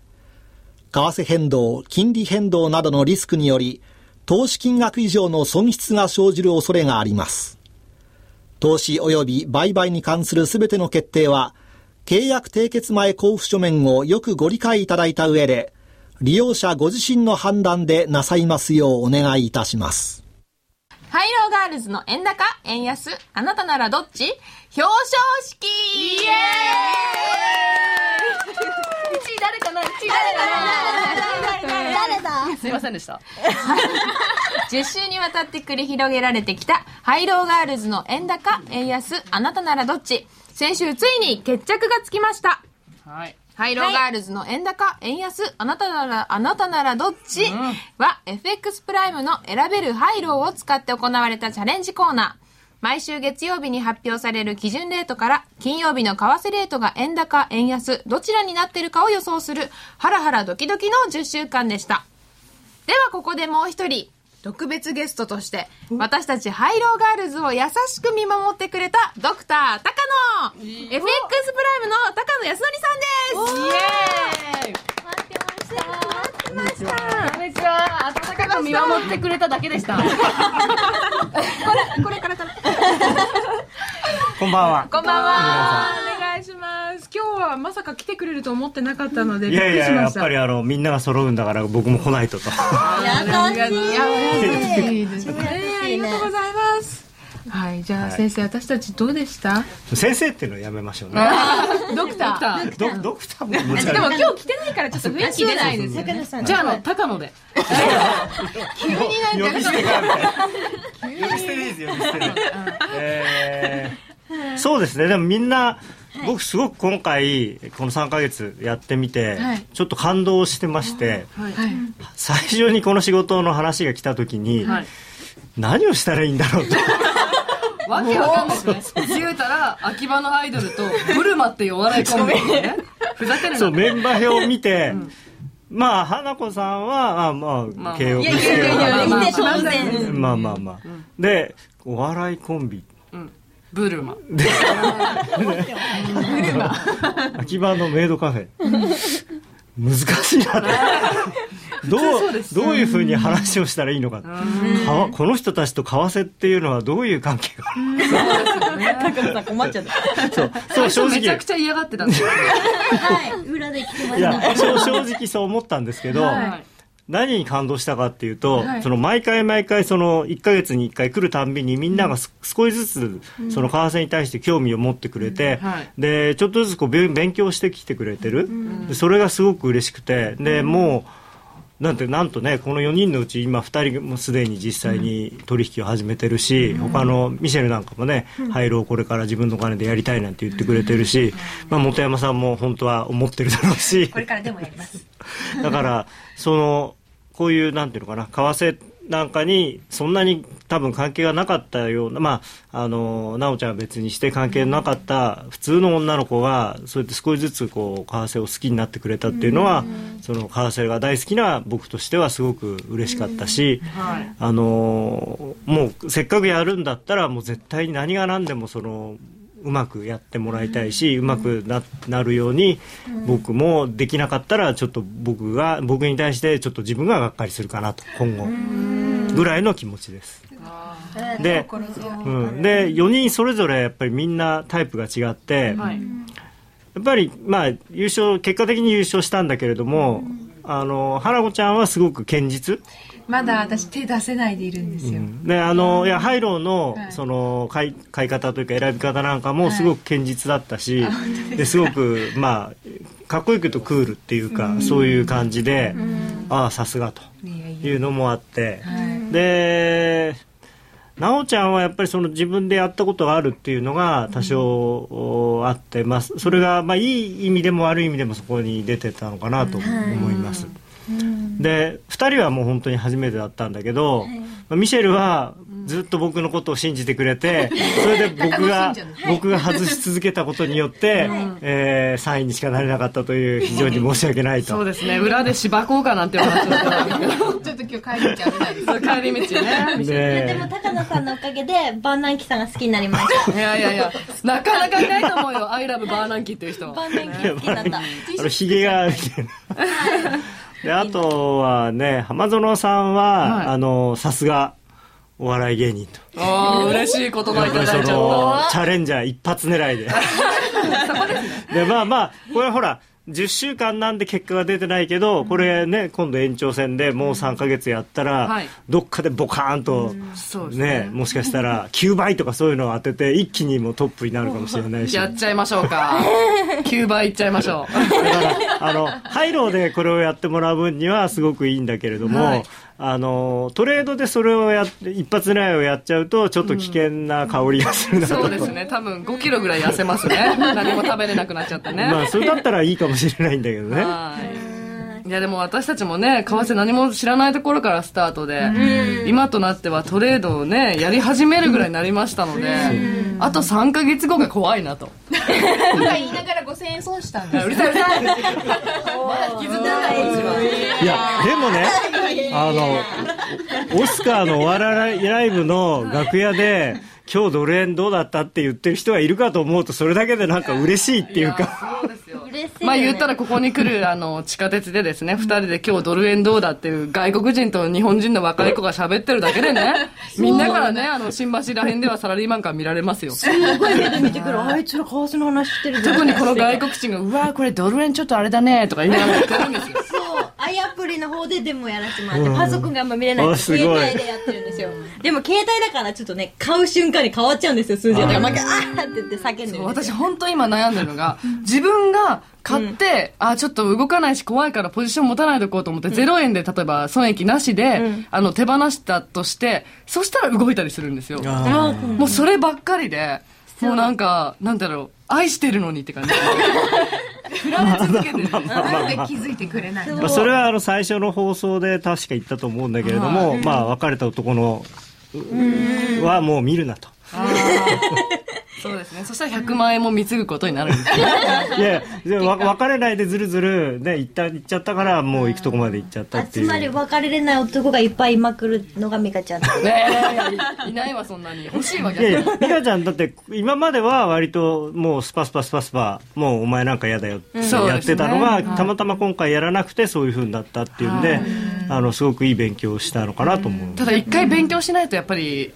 Speaker 7: 替変動、金利変動などのリスクにより、投資金額以上の損失が生じる恐れがあります。投資及び売買に関するすべての決定は、契約締結前交付書面をよくご理解いただいた上で、利用者ご自身の判断でなさいますようお願いいたします。
Speaker 1: ハイローガールズの円高、円安、あなたならどっち表彰式イエ
Speaker 2: 1位誰かな ?1 位誰かな誰だ
Speaker 5: すいませんでした。
Speaker 1: ーイ !10 週にわたって繰り広げられてきた、ハイローガールズの円高、円安、あなたならどっち先週ついに決着がつきました。
Speaker 5: はい。
Speaker 1: ハイローガールズの円高、円安、あなたなら、あなたならどっち、は、FX プライムの選べるハイローを使って行われたチャレンジコーナー。毎週月曜日に発表される基準レートから、金曜日の為替レートが円高、円安、どちらになってるかを予想する、ハラハラドキドキの10週間でした。ではここでもう一人特別ゲストとして私たちハイローガールズを優しく見守ってくれたドクター高野 FX プライムの高野康則さんです
Speaker 2: 待ってました
Speaker 5: こんにちは。温かく見守ってくれただけでした。
Speaker 8: こんばんは。
Speaker 1: こんばんは
Speaker 9: お願いします今日はまさか来てくれると思ってなかったので
Speaker 8: い
Speaker 9: びっく
Speaker 8: やい
Speaker 9: り
Speaker 8: や、
Speaker 9: しま
Speaker 8: やっ
Speaker 9: し
Speaker 8: ぱ
Speaker 9: た
Speaker 8: りあの、みんなが揃うんだから僕も来ないとと。
Speaker 9: 優 しいですねありがとうございますはいじゃあ先生私たちどうでした
Speaker 8: 先生っていうのはやめましょうね。
Speaker 1: ドクター
Speaker 8: ドドクターも難しい
Speaker 1: でも今日来てないからちょっと雰囲気出ないですね
Speaker 6: 高野さん
Speaker 5: じゃあ、あの、高野で。
Speaker 8: 呼び捨てがみたいな。呼び捨てでいいです、呼び捨てで。えーそうですね、でもみんな、僕すごく今回、この3ヶ月やってみて、
Speaker 9: はい
Speaker 8: ちょっと感動してまして、
Speaker 9: はい
Speaker 8: 最初にこの仕事の話が来た時に、
Speaker 5: はい
Speaker 8: 何をしたらいいんだろうと。
Speaker 5: わけわかんないですね。言うたら、秋葉のアイドルと、ブルマっていうお笑いコンビね。ふざけるな。
Speaker 8: そうメンバー表を見て、まあ花子さんはあま
Speaker 5: まあ
Speaker 8: あ慶応
Speaker 3: いやいやいやいや、いて当然。
Speaker 8: まあまあまあ、でお笑いコンビ
Speaker 5: ブルマ。
Speaker 8: 秋葉のメイドカフェ難しいなってどうどういうふうに話をしたらいいのかかわこの人たちと為替っていうのはどういう関係がある
Speaker 3: 高野さん困っちゃった。
Speaker 8: そうそう正
Speaker 5: めちゃ
Speaker 8: 直
Speaker 5: くちゃ嫌がってたんですよ。
Speaker 2: はい裏で聞きま
Speaker 8: い
Speaker 2: した
Speaker 8: やそう正直そう思ったんですけど、
Speaker 5: はい
Speaker 8: 何に感動したかっていうと、
Speaker 9: はい
Speaker 8: その毎回毎回その1ヶ月に1回来るたんびにみんながす少しずつその為替に対して興味を持ってくれて、
Speaker 5: はい
Speaker 8: でちょっとずつこうべん勉強してきてくれてる、でそれがすごく嬉しくてでもうなんてなんとねこの4人のうち今2人もすでに実際に取引を始めてるし、他のミシェルなんかもね、廃炉をこれから自分のお金でやりたいなんて言ってくれてるし、まあ、本山さんも本当は思ってるだろうし。 だから、その、こういう、なんていうのかな、為替なんかに、そんなに多分関係がなかったような、まあ、あの、なおちゃんは別にして関係なかった、普通の女の子が、そうやって少しずつ、こう、為替を好きになってくれたっていうのは、その、為替が大好きな僕としてはすごく嬉しかったし、
Speaker 5: はい。
Speaker 8: あのーもうせっかくやるんだったらもう絶対に何が何でもそのうまくやってもらいたいし、うまくななるように僕もできなかったらちょっと僕が僕に対してちょっと自分ががっかりするかなと今後ぐらいの気持ちです。で,、うん、で4人それぞれやっぱりみんなタイプが違って、
Speaker 5: はい。
Speaker 8: やっぱり、まあ、優勝結果的に優勝したんだけれども、あの花子ちゃんはすごく堅実。
Speaker 9: まだ私手出せないでいるんですよ
Speaker 8: であのいやハイローの
Speaker 9: はい
Speaker 8: その買い買い方というか選び方なんかもすごく堅実だったし、ですごくまあかっこよく言うとクールっていうかそういう感じでああさすがと
Speaker 9: いやいや
Speaker 8: いうのもあって
Speaker 9: はい
Speaker 8: でなおちゃんはやっぱりその自分でやったことがあるっていうのが多少おあってますそれがまあいい意味でも悪い意味でもそこに出てたのかなと思います。で2人はもう本当に初めてだったんだけど、まあミシェルはずっと僕のことを信じてくれて、それで僕が、僕が外し続けたことによって、えー3位にしかなれなかったという、非常に申し訳ない
Speaker 5: そう
Speaker 8: と。
Speaker 5: ですね裏で芝こうかなって思っちゃっ
Speaker 9: ちょっと今日帰りちゃうみ たいです。
Speaker 5: た帰り道ね
Speaker 8: で
Speaker 3: でも高野さんのおかげでバーナンキさんが好きになりました
Speaker 5: いやいやいやなかなかいないと思うよ「アイラブバーナンキ」っていう人
Speaker 3: バーナンキ好きだった
Speaker 8: あのひげがみたいな。であとはね浜園さんは、
Speaker 5: はい
Speaker 8: あのさすがお笑い芸人と
Speaker 5: ああ嬉しい言葉い
Speaker 8: やったぱ
Speaker 5: だい
Speaker 8: り
Speaker 5: ち
Speaker 8: そ
Speaker 5: ゃ
Speaker 8: の
Speaker 5: った
Speaker 8: チャレンジャー一発狙いででまあまあこれほら10週間なんで結果が出てないけど、これね今度延長戦でもう3か月やったら、
Speaker 5: はい
Speaker 8: どっかでボカーンと、
Speaker 5: そうですね
Speaker 8: ねもしかし たら9倍とかそういうのを当てて一気にもうトップになるかもしれないし
Speaker 5: やっちゃいましょうか9倍いっちゃいましょう
Speaker 8: だから、あの、ハイローでこれをやってもらう分にはすごくいいんだけれども、
Speaker 5: はい
Speaker 8: あの、トレードでそれをやって、一発狙いをやっちゃうと、ちょっと危険な香りがするなと。
Speaker 5: そうですね多分5キロぐらい痩せますね何も食べれなくなっちゃってね、
Speaker 8: まあ、それだったらいいかもしれないんだけどね。
Speaker 5: はいいやでも私たちもね為替何も知らないところからスタートで今となってはトレードをねやり始めるぐらいになりましたのであと3ヶ月後が怖いな と
Speaker 9: とか言いながら5000円損したんです
Speaker 5: うるさいうるさい引きずってないこっちはい
Speaker 8: や、でもね、あの、オスカーのお笑いライブの楽屋で、今日ドル円どうだったって言ってる人がいるかと思うと、それだけでなんか嬉しいっていうか。
Speaker 5: そうですよ
Speaker 3: 嬉しいよね
Speaker 5: まあ言ったらここに来 るあの地下鉄でですね、二人で今日ドル円どうだっていう外国人と日本人の若い子が喋ってるだけでね、 みんなからね、あの新橋ら辺ではサラリーマン感見られますよ。
Speaker 6: すごい目で見てくる。あいつら為替の話してるじゃん。
Speaker 5: 特にこの外国人が、うわーこれドル円ちょっとあれだねとか言いながら言ってるんですよ。
Speaker 3: そう、アイアプリの方ででもやらせてもらって、パソコンがあんま見れないんで
Speaker 8: あすごい
Speaker 3: 携帯でやってるんですよ。でも携帯だからちょっとね、買う瞬間に変わっちゃうんですよ、数字が。なんか、あーって言って叫んでるんですよ。
Speaker 5: 私本当今悩んでるのが、自分が買って、あ、ちょっと動かないし怖いからポジション持たないでおこうと思って、0円で例えば損益なしで、あの手放したとして、そしたら動いたりするんですよ。もうそればっかりで、もうなんか、なんだろう、愛してるのにって感じ。振られ続けてる。
Speaker 9: なんで気づいてくれないの
Speaker 8: まあ、それはあの最初の放送で確か言ったと思うんだけれども、まあ別れた男のはもう見るなと。
Speaker 5: そうですね。そしたら100万円も貢ぐことになるんですよ。
Speaker 8: いやいやわ別れないでずるずるね行った行っちゃったからもう行くとこまで行っちゃったって
Speaker 3: 集
Speaker 8: いう。
Speaker 3: まり別れれない男がいっぱいいまくるのがミカちゃん。
Speaker 5: ねえ、いないわ、そんなに。欲しいわ、
Speaker 8: い
Speaker 5: 逆
Speaker 8: や
Speaker 5: に
Speaker 8: い。や、美香ちゃんだって今までは割ともうスパスパスパスパ、もうお前なんか嫌だよっ
Speaker 5: そう
Speaker 8: て
Speaker 5: ですね
Speaker 8: やってたのが、たまたま今回やらなくてそういう風になったっていうんで、あのすごくいい勉強をしたのかなと思う。
Speaker 5: ただ一回勉強しないとやっぱり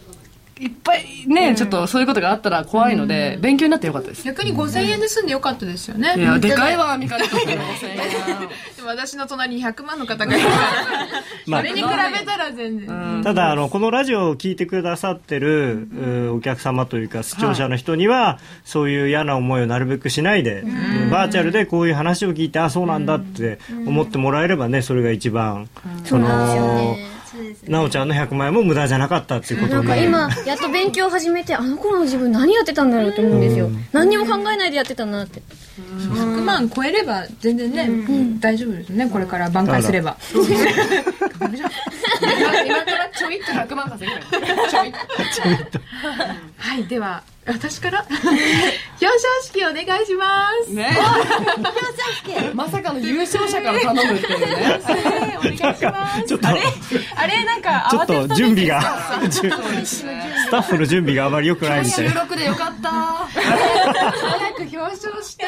Speaker 5: いっぱいね、ちょっとそういうことがあったら怖いので、勉強になってよかったです、
Speaker 9: 逆に5000円で済んでよかったですよね。
Speaker 5: いやでかいわミカにとっての5000円
Speaker 9: でも私の隣に100万の方がいるから、
Speaker 8: まあ
Speaker 9: それに比べたら全然。
Speaker 8: ただあのこのラジオを聞いてくださってる、うーお客様というか視聴者の人には、そういう嫌な思いをなるべくしないで、バーチャルでこういう話を聞いてあそうなんだって思ってもらえればねそれが一番、そのなおちゃんの100万円も無駄じゃなかったっていうこと
Speaker 2: なん
Speaker 8: に
Speaker 2: か
Speaker 8: なる
Speaker 2: 今、やっと勉強始めて、あの頃の自分何やってたんだろうと思うんですよ。何にも考えないでやってたなって。
Speaker 9: 100万超えれば全然ね、大丈夫ですねこれから挽回すれば
Speaker 5: 今今から ちょいっと100万稼ぐからちょいっと
Speaker 9: はいでは私から 表彰式お願いします
Speaker 5: ねまさかの優勝者から頼むっていうね
Speaker 9: お願いします
Speaker 8: ちょっと
Speaker 9: あれなんか
Speaker 8: ちょ
Speaker 9: 慌
Speaker 8: ってと準備が準
Speaker 5: すね
Speaker 8: スタッフの準備があまり良くないみたい
Speaker 5: 収
Speaker 8: な
Speaker 5: 録でよかった
Speaker 9: 早く表彰して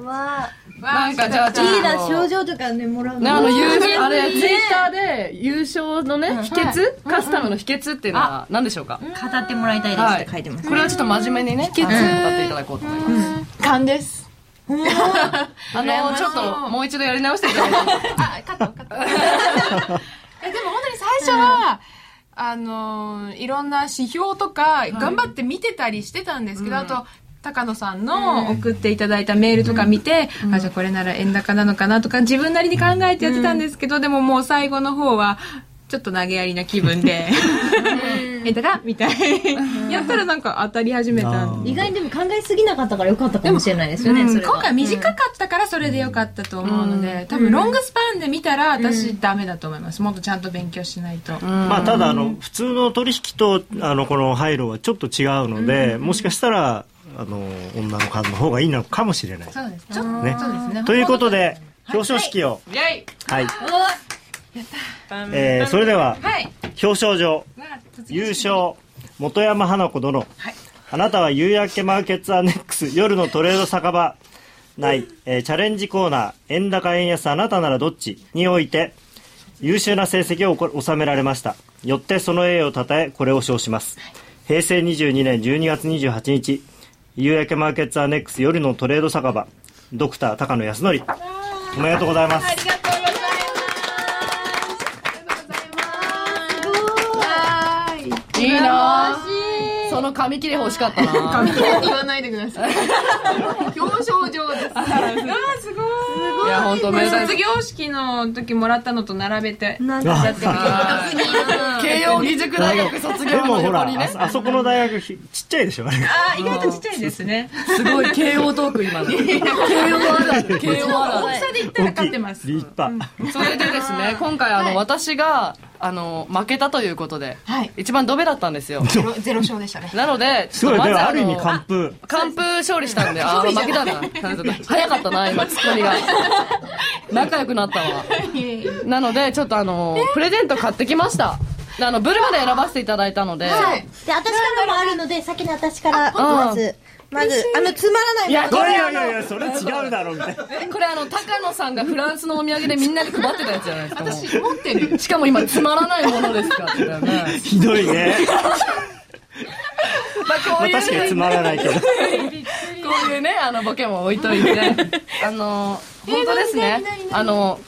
Speaker 3: わ
Speaker 5: なんかじゃあちょっと
Speaker 3: リーダー賞状とかね、もらう
Speaker 5: ね、あ
Speaker 3: の。
Speaker 5: の、優勝、あれ、ツイッターで優勝のね、秘訣カスタムの秘訣っていうのは何でしょうか
Speaker 3: 語ってもらいたいですって書いてます。
Speaker 5: これはちょっと真面目にね、秘訣語っていただこうと思います。
Speaker 9: 勘です
Speaker 5: あのちょっともう一度やり直していただいても
Speaker 9: あカットカ ットえでも本当に最初は、あのーいろんな指標とか頑張って見てたりしてたんですけど、あと高野さんの送っていただいたメールとか見て、あじゃあこれなら円高なのかなとか自分なりに考えてやってたんですけど、でももう最後の方はちょっと投げやりな気分で
Speaker 1: えだがみたいやったらなんか当たり始めたんで
Speaker 3: 意外にでも考えすぎなかったからよかったかもしれないですよね、それは
Speaker 1: 今回短かったからそれでよかったと思うので、多分ロングスパンで見たら私ダメだと思います、もっとちゃんと勉強しないと、
Speaker 8: まあ、ただあの普通の取引とあのこの廃炉はちょっと違うのでもしかしたらあの女の数の方がいいのかもしれない。
Speaker 1: そうですちょっと
Speaker 8: ね
Speaker 1: そうですね
Speaker 8: ということで表彰式を、
Speaker 1: イェイ
Speaker 8: はいえーそれでは
Speaker 1: はい
Speaker 8: 表彰状
Speaker 1: まあ卒業
Speaker 8: 優勝本山花子殿、あなたは夕焼けマーケッツアネックス夜のトレード酒場内、えーチャレンジコーナー円高円安あなたならどっちにおいて優秀な成績をお収められましたよってその栄誉をたたえこれを称します平成22年12月28日夕焼けマーケッツアネックス夜のトレード酒場ドクター高野康則おめでとうございます
Speaker 1: ありがとうございますありがとうございますわーい
Speaker 5: いいなその紙切れ欲しかっ たな
Speaker 1: 紙切れって言わないでくだ さい。表彰状です。あーすごい。
Speaker 5: いや本当おめでたい
Speaker 1: 卒業式の時もらったのと並べて。
Speaker 10: なん
Speaker 8: あ
Speaker 10: か
Speaker 5: 慶応義塾大学卒
Speaker 8: で
Speaker 5: 業
Speaker 8: も
Speaker 5: の
Speaker 8: ほら
Speaker 5: 横に
Speaker 8: あ
Speaker 5: ね
Speaker 8: そあそこの大学ひちっちゃいでしょあれ
Speaker 1: あー意外とちっちゃいですね。
Speaker 5: すごい慶応トーク今の 慶応あるある慶応あるある
Speaker 1: 大きさで言ったら勝ってます。
Speaker 8: 立派、
Speaker 5: それでですね今回あの、私があの負けたということで、
Speaker 1: はい
Speaker 5: 一番ドベだったんですよ
Speaker 1: ゼロゼロ勝でしたね。
Speaker 5: なのです
Speaker 8: ごいね
Speaker 5: ちょっとまず
Speaker 8: ある意味
Speaker 5: の
Speaker 8: 完封
Speaker 5: 完封 勝利したんで、あー、負けたな。早かったな、今、ツッコミが。仲良くなったわ。なので、ちょっとあの、プレゼント買ってきました。であの、ブルマで選ばせていただいたので。
Speaker 3: で私からもあるので先に私からまずまずあのつまらない
Speaker 5: いや、
Speaker 8: い
Speaker 5: これ
Speaker 8: や
Speaker 5: あ
Speaker 8: いやいや
Speaker 5: の、
Speaker 8: それ違うだろみた いな
Speaker 5: これあの、高野さんがフランスのお土産でみんなに配ってたやつじゃないですか。も
Speaker 1: 私持ってる
Speaker 5: う。しかも今、つまらないものです からね。
Speaker 8: ひどいね
Speaker 5: まあ、こういう、
Speaker 8: 確かにつまらないけど
Speaker 5: こういうね、あの、ボケも置いとい て。あの、本当ですね。あの、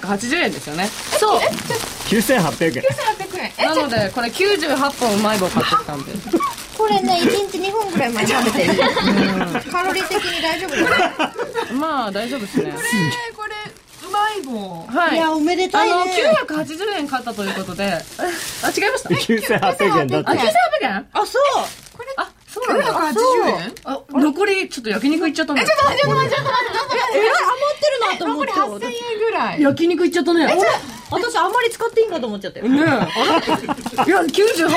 Speaker 5: 980円ですよね。そう。
Speaker 8: 9800円
Speaker 5: なので、これ98本うまい棒買ってきたんで。
Speaker 3: これね1日2本ぐらい前に食べてるカロリー的に大丈夫だね
Speaker 5: まあ大丈夫ですね。
Speaker 1: えーこれうまい棒。
Speaker 5: はいい。あ
Speaker 3: やおめでたい
Speaker 5: の
Speaker 3: ね
Speaker 5: 980円買ったということで、えあ違いました。
Speaker 8: 9800円だ
Speaker 5: あ
Speaker 8: って
Speaker 5: 9 8 0円？
Speaker 3: あそう
Speaker 5: あそうなんだ。
Speaker 1: 八十円？
Speaker 5: あ残りちょっと焼肉いっちゃったね。
Speaker 1: ちょっと待ってちょっと待ってちょっと待って。
Speaker 3: え余ってるなと思
Speaker 1: こ
Speaker 3: っ
Speaker 1: れ
Speaker 3: た
Speaker 1: 八千円ぐらい。
Speaker 5: 焼肉いっちゃったね。ね
Speaker 3: 私あんまり使っていいんかと思っちゃったよ
Speaker 5: えあれいや98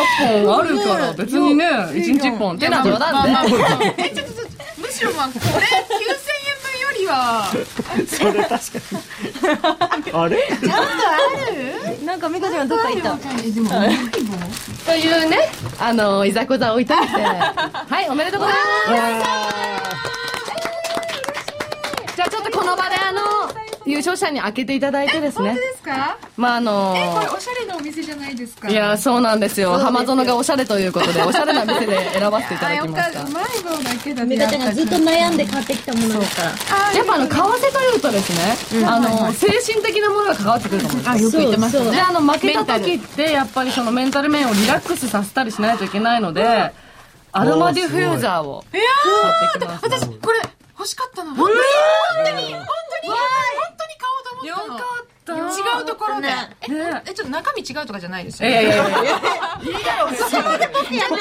Speaker 5: 本あるから別にね1日1本ってな冗談で。
Speaker 1: えちょっとちょっとむしろまあこれ九千円分よりは
Speaker 8: それ確かにあれ
Speaker 3: なんか美香ちゃんどっか行った
Speaker 5: というねあのいざこざ置いといて。はいおめでとうございます。じゃあちょっとこの場であの優勝者に開けていただいてですね。
Speaker 1: ですか？
Speaker 5: まああの
Speaker 1: これおしゃれなお店じゃないですか？
Speaker 5: いやーそうなんですよ浜園がおしゃれということでおしゃれな店で選ばせていた
Speaker 1: あ
Speaker 5: だ
Speaker 1: よ
Speaker 5: き
Speaker 1: か
Speaker 5: ま
Speaker 1: っ。
Speaker 5: したた
Speaker 1: うまい棒だけだ
Speaker 3: 美
Speaker 1: ね。
Speaker 3: 香ちゃんがずっと悩んで買ってきたものだから
Speaker 5: やっぱあの為替というとですね、あの精神的なものが関わってくると思うんですよ
Speaker 1: あよく言ってますよ
Speaker 5: で
Speaker 1: ね。
Speaker 5: あの負けた時ってやっぱりそのメンタル面をリラックスさせたりしないといけないので、アロマディフューザーを
Speaker 1: いや
Speaker 5: 買ってきま
Speaker 1: ー
Speaker 5: した
Speaker 1: 私これ欲しかったの。本当に本当に本当に買おうと思ったの。違うところで。え
Speaker 5: ね
Speaker 1: えちょっと中身違うとかじゃないです
Speaker 5: い
Speaker 1: よね。
Speaker 5: やいやいやいや
Speaker 1: いやちょっとちょっと確認
Speaker 5: そ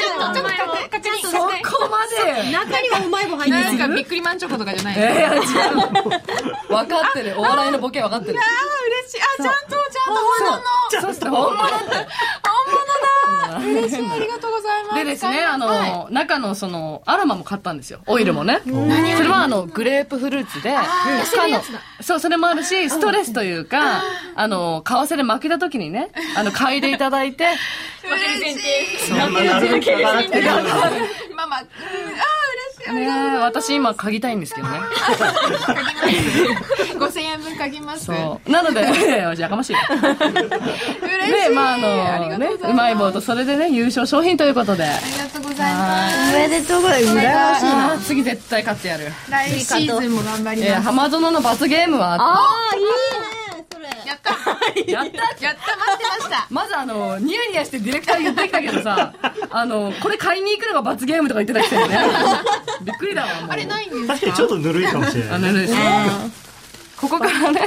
Speaker 5: こ
Speaker 1: して。
Speaker 5: まで
Speaker 3: 中にはうまい棒入って
Speaker 1: なんかびっくりマンチョコとかじゃない
Speaker 5: い
Speaker 1: です
Speaker 5: やい や違う分かってるお笑いのボケ分かってる
Speaker 1: あー嬉しい。あちゃんとちゃんと本物の
Speaker 5: そして本物って
Speaker 1: 本物だ。嬉しいありがとうございます。
Speaker 5: でですね、あの、中のその、アロマも買ったんですよ。オイルもね。それはあの、グレープフルーツで、かの、そう、それもあるし、ストレスというか、あの、為替で負けた時にね、あの、嗅いでいた だいて、
Speaker 1: 嬉しい。
Speaker 8: あんまなるべく上がらなくていいよ
Speaker 1: ママ、うんあー嬉しい。あり
Speaker 5: ね
Speaker 1: がとうございます
Speaker 5: 私今嗅ぎたいんで すけどね。
Speaker 1: 五千円分書きます。
Speaker 5: そう。なので、 いやいややかましい。で、
Speaker 1: 嬉しい。
Speaker 5: まあ
Speaker 1: あり
Speaker 5: あの、
Speaker 1: が
Speaker 5: ね
Speaker 1: とうござ、いま
Speaker 5: う
Speaker 1: す。
Speaker 5: まい棒とそれでね、優勝商品ということで、
Speaker 1: ありがとうございます。
Speaker 3: おめでとうございます羨ましい
Speaker 5: あー次絶対勝ってやる。
Speaker 1: 来シーズンも頑張り
Speaker 5: え
Speaker 1: ま
Speaker 5: ー、
Speaker 1: す。
Speaker 5: 浜園の罰ゲームは、
Speaker 3: あいいねそれ
Speaker 1: やった。
Speaker 5: やった
Speaker 1: やった。待ってました。
Speaker 5: まずあの、ニヤニヤしてディレクターに言ってきたけ どさ、あの、これ買いに行くのが罰ゲームとか言ってたくせにね。びっくりだわ、もう。あれ
Speaker 1: ないんです。
Speaker 8: 確かにちょっとぬるいかもしれない
Speaker 5: のですねここからね、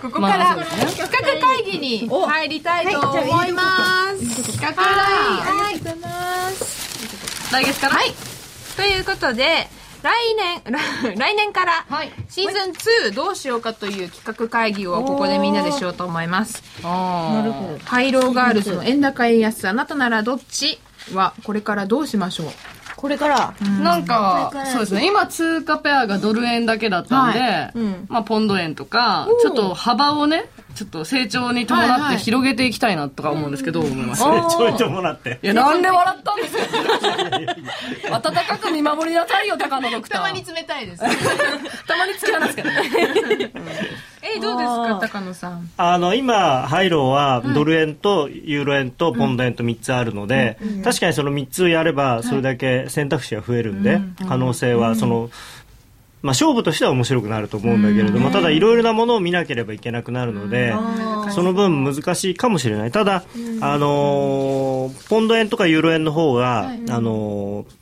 Speaker 1: ここから
Speaker 5: まあそう
Speaker 1: 企画会議に入りたいと思います。企画ラインありがとうございます来月からはいということで来年 来年から
Speaker 5: はい
Speaker 1: シーズン2どうしようかという企画会議をここでみんなでしようと思います
Speaker 5: あー
Speaker 1: ハイローガールズの円高円安あなたならどっちはこれからどうしましょう
Speaker 6: これから
Speaker 5: なんか、そうですね。今、通貨ペアがドル円だけだったんで、
Speaker 1: は
Speaker 5: まあ、ポンド円とか、ちょっと幅をね、ちょっと成長
Speaker 1: は
Speaker 5: に
Speaker 1: い
Speaker 5: 伴っ
Speaker 1: はい
Speaker 5: て広げていきたいなとか思うんですけど、どう思います
Speaker 8: ちょいともらって
Speaker 5: いや、なんで笑ったんですか温かく見守りなさいよ、高野ドクター。
Speaker 9: たまに冷たいです
Speaker 5: たまに付き合わないですけどね。
Speaker 1: えどうですか高野さん
Speaker 8: あの今ハイローはドル円とユーロ円とポンド円と3つあるので、確かにその3つやればそれだけ選択肢が増えるんで、可能性はその、まあ、勝負としては面白くなると思うんだけれども、ただいろいろなものを見なければいけなくなるので、その分難しいかもしれないただ、あのーポンド円とかユーロ円の方が、あのー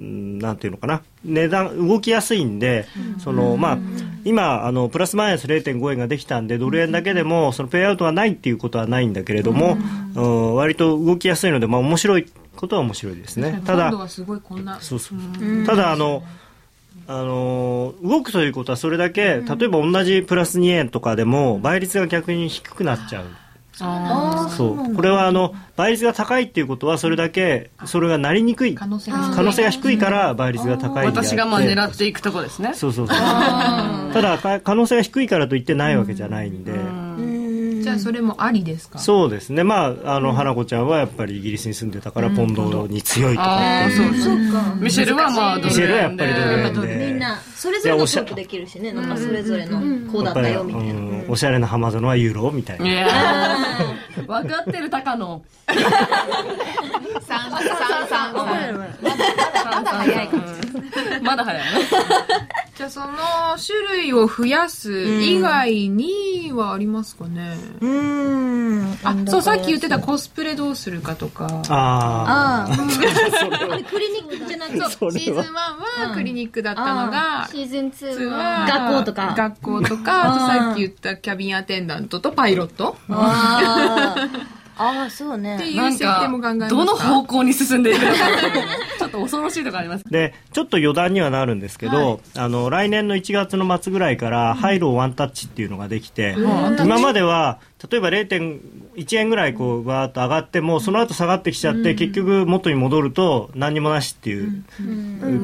Speaker 8: うんなんていうのかな値段動きやすいんで、そのまあ今あのプラスマイナス0.5円ができたんでドル円だけでもそのペイアウトはないっていうことはないんだけれども、うん割と動きやすいのでまあ面白いことは面白いですねた
Speaker 1: 今
Speaker 8: だ
Speaker 1: 度はすごいこんな
Speaker 8: そうそうただあの、あのー動くということはそれだけ、例えば同じプラス2円とかでも倍率が逆に低くなっちゃう。そうこれはあの倍率が高いっていうことはそれだけそれがなりにくい
Speaker 1: 可
Speaker 8: 可
Speaker 1: 能性が低い
Speaker 8: 能性が低いから倍率が高いんであって
Speaker 5: 私がまあ狙っていくとこですね。
Speaker 8: そうそうそうただか可能性が低いからといってないわけじゃないんで、
Speaker 1: じゃあそれもありですか
Speaker 8: そうですねまああの、花子ちゃんはやっぱりイギリスに住んでたからポンドに強いとか、
Speaker 5: ああ、そうですね。ミシェルはまあド
Speaker 8: ミシェ
Speaker 5: ル
Speaker 8: ルはや
Speaker 5: 円
Speaker 8: っ
Speaker 5: で
Speaker 8: ぱり。ドル円で
Speaker 6: みんなそれぞれのトークできるしねなんかそれぞれのこうだ
Speaker 8: やっ
Speaker 6: っ
Speaker 8: ぱ
Speaker 6: た
Speaker 8: り
Speaker 6: よみたいな
Speaker 8: うんおしゃれな浜園はユーロみたい
Speaker 5: い
Speaker 8: な。
Speaker 5: やー 分かってる高野。
Speaker 9: 三三三三
Speaker 5: まだ早いまだ早いね。
Speaker 1: じゃあその種類を増やす以外にはありますかね、
Speaker 6: うん
Speaker 1: あそうさっき言ってたコスプレどうするかとか
Speaker 8: あ
Speaker 6: ああれクリニックじゃなくて
Speaker 1: そうシーズン1はクリニックだったのが、
Speaker 2: シーズン2
Speaker 1: 2
Speaker 2: は。
Speaker 1: は
Speaker 6: 学校とか
Speaker 1: 学校とかあとさっき言ったキャビンアテンダントとパイロット
Speaker 6: あーあーそうね
Speaker 1: っていう
Speaker 5: な
Speaker 1: ん設定
Speaker 5: か
Speaker 1: も考えま、す
Speaker 5: どの方向に進んでいく のか。ちょっと恐ろしいとこあります。
Speaker 8: あでちょっと余談にはなるんですけど、あの来年の1月の末ぐらいから、ハイローワンタッチっていうのができて、今までは例えば0.1円ぐらいこうわーっと上がってもその後下がってきちゃって、結局元に戻ると何にもなしっていう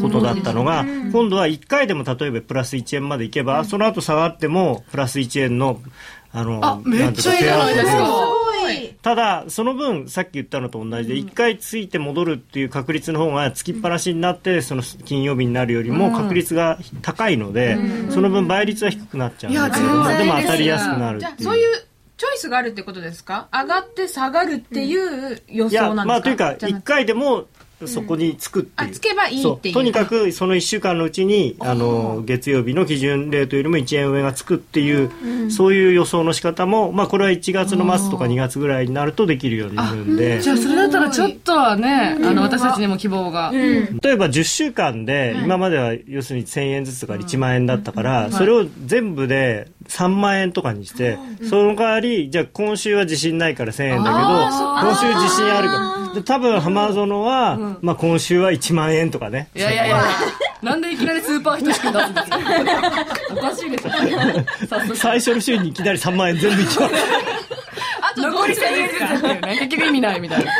Speaker 8: ことだったのが、今度は1回でも例えばプラス1円までいけば、その後下がってもプラス1円のあの
Speaker 5: あ、めっちゃいいじゃないです
Speaker 8: なんてうペア
Speaker 5: か。
Speaker 8: ただその分さっき言ったのと同じで、一1回ついて戻るっていう確率の方がつきっぱなしになってその金曜日になるよりも確率が高いので、その分倍率は低くなっちゃうんだけど、
Speaker 5: いや全然
Speaker 8: でも
Speaker 5: いいですよ
Speaker 8: 当たりやすくなるっ
Speaker 1: じゃあ
Speaker 8: ていう。
Speaker 1: そういうチョイスがあるってことですか上がって下がるっていう予
Speaker 8: いや
Speaker 1: 想なんですか、
Speaker 8: まあというか
Speaker 1: じゃな
Speaker 8: 1
Speaker 1: く
Speaker 8: 回でもそこにつくっていう、
Speaker 1: あつけばいい
Speaker 8: そ
Speaker 1: っていう
Speaker 8: とにかくその1週間のうちにあの月曜日の基準レートよりも1円上がつくっていう、そういう予想の仕方もまあこれは1月の末とか2月ぐらいになるとできるようになるんで
Speaker 5: じゃあ、それだったらちょっとはね、あの、私たちにも希望が。
Speaker 8: 例えば10週間で今までは要するに1000円ずつとか1万円だったからそれを全部で3万円とかにしてその代わりじゃあ今週は自信ないから1000円だけど今週自信あるからで多分浜園はまあ今週は1万円とかね
Speaker 5: いやいやいや。なんでいきなりスーパー人しか出すんですかおかしいでしょ。
Speaker 8: 最初の週にいきなり3万円全部いき ます
Speaker 5: 残り千円ずつっていうね。結局意味ないみたいな。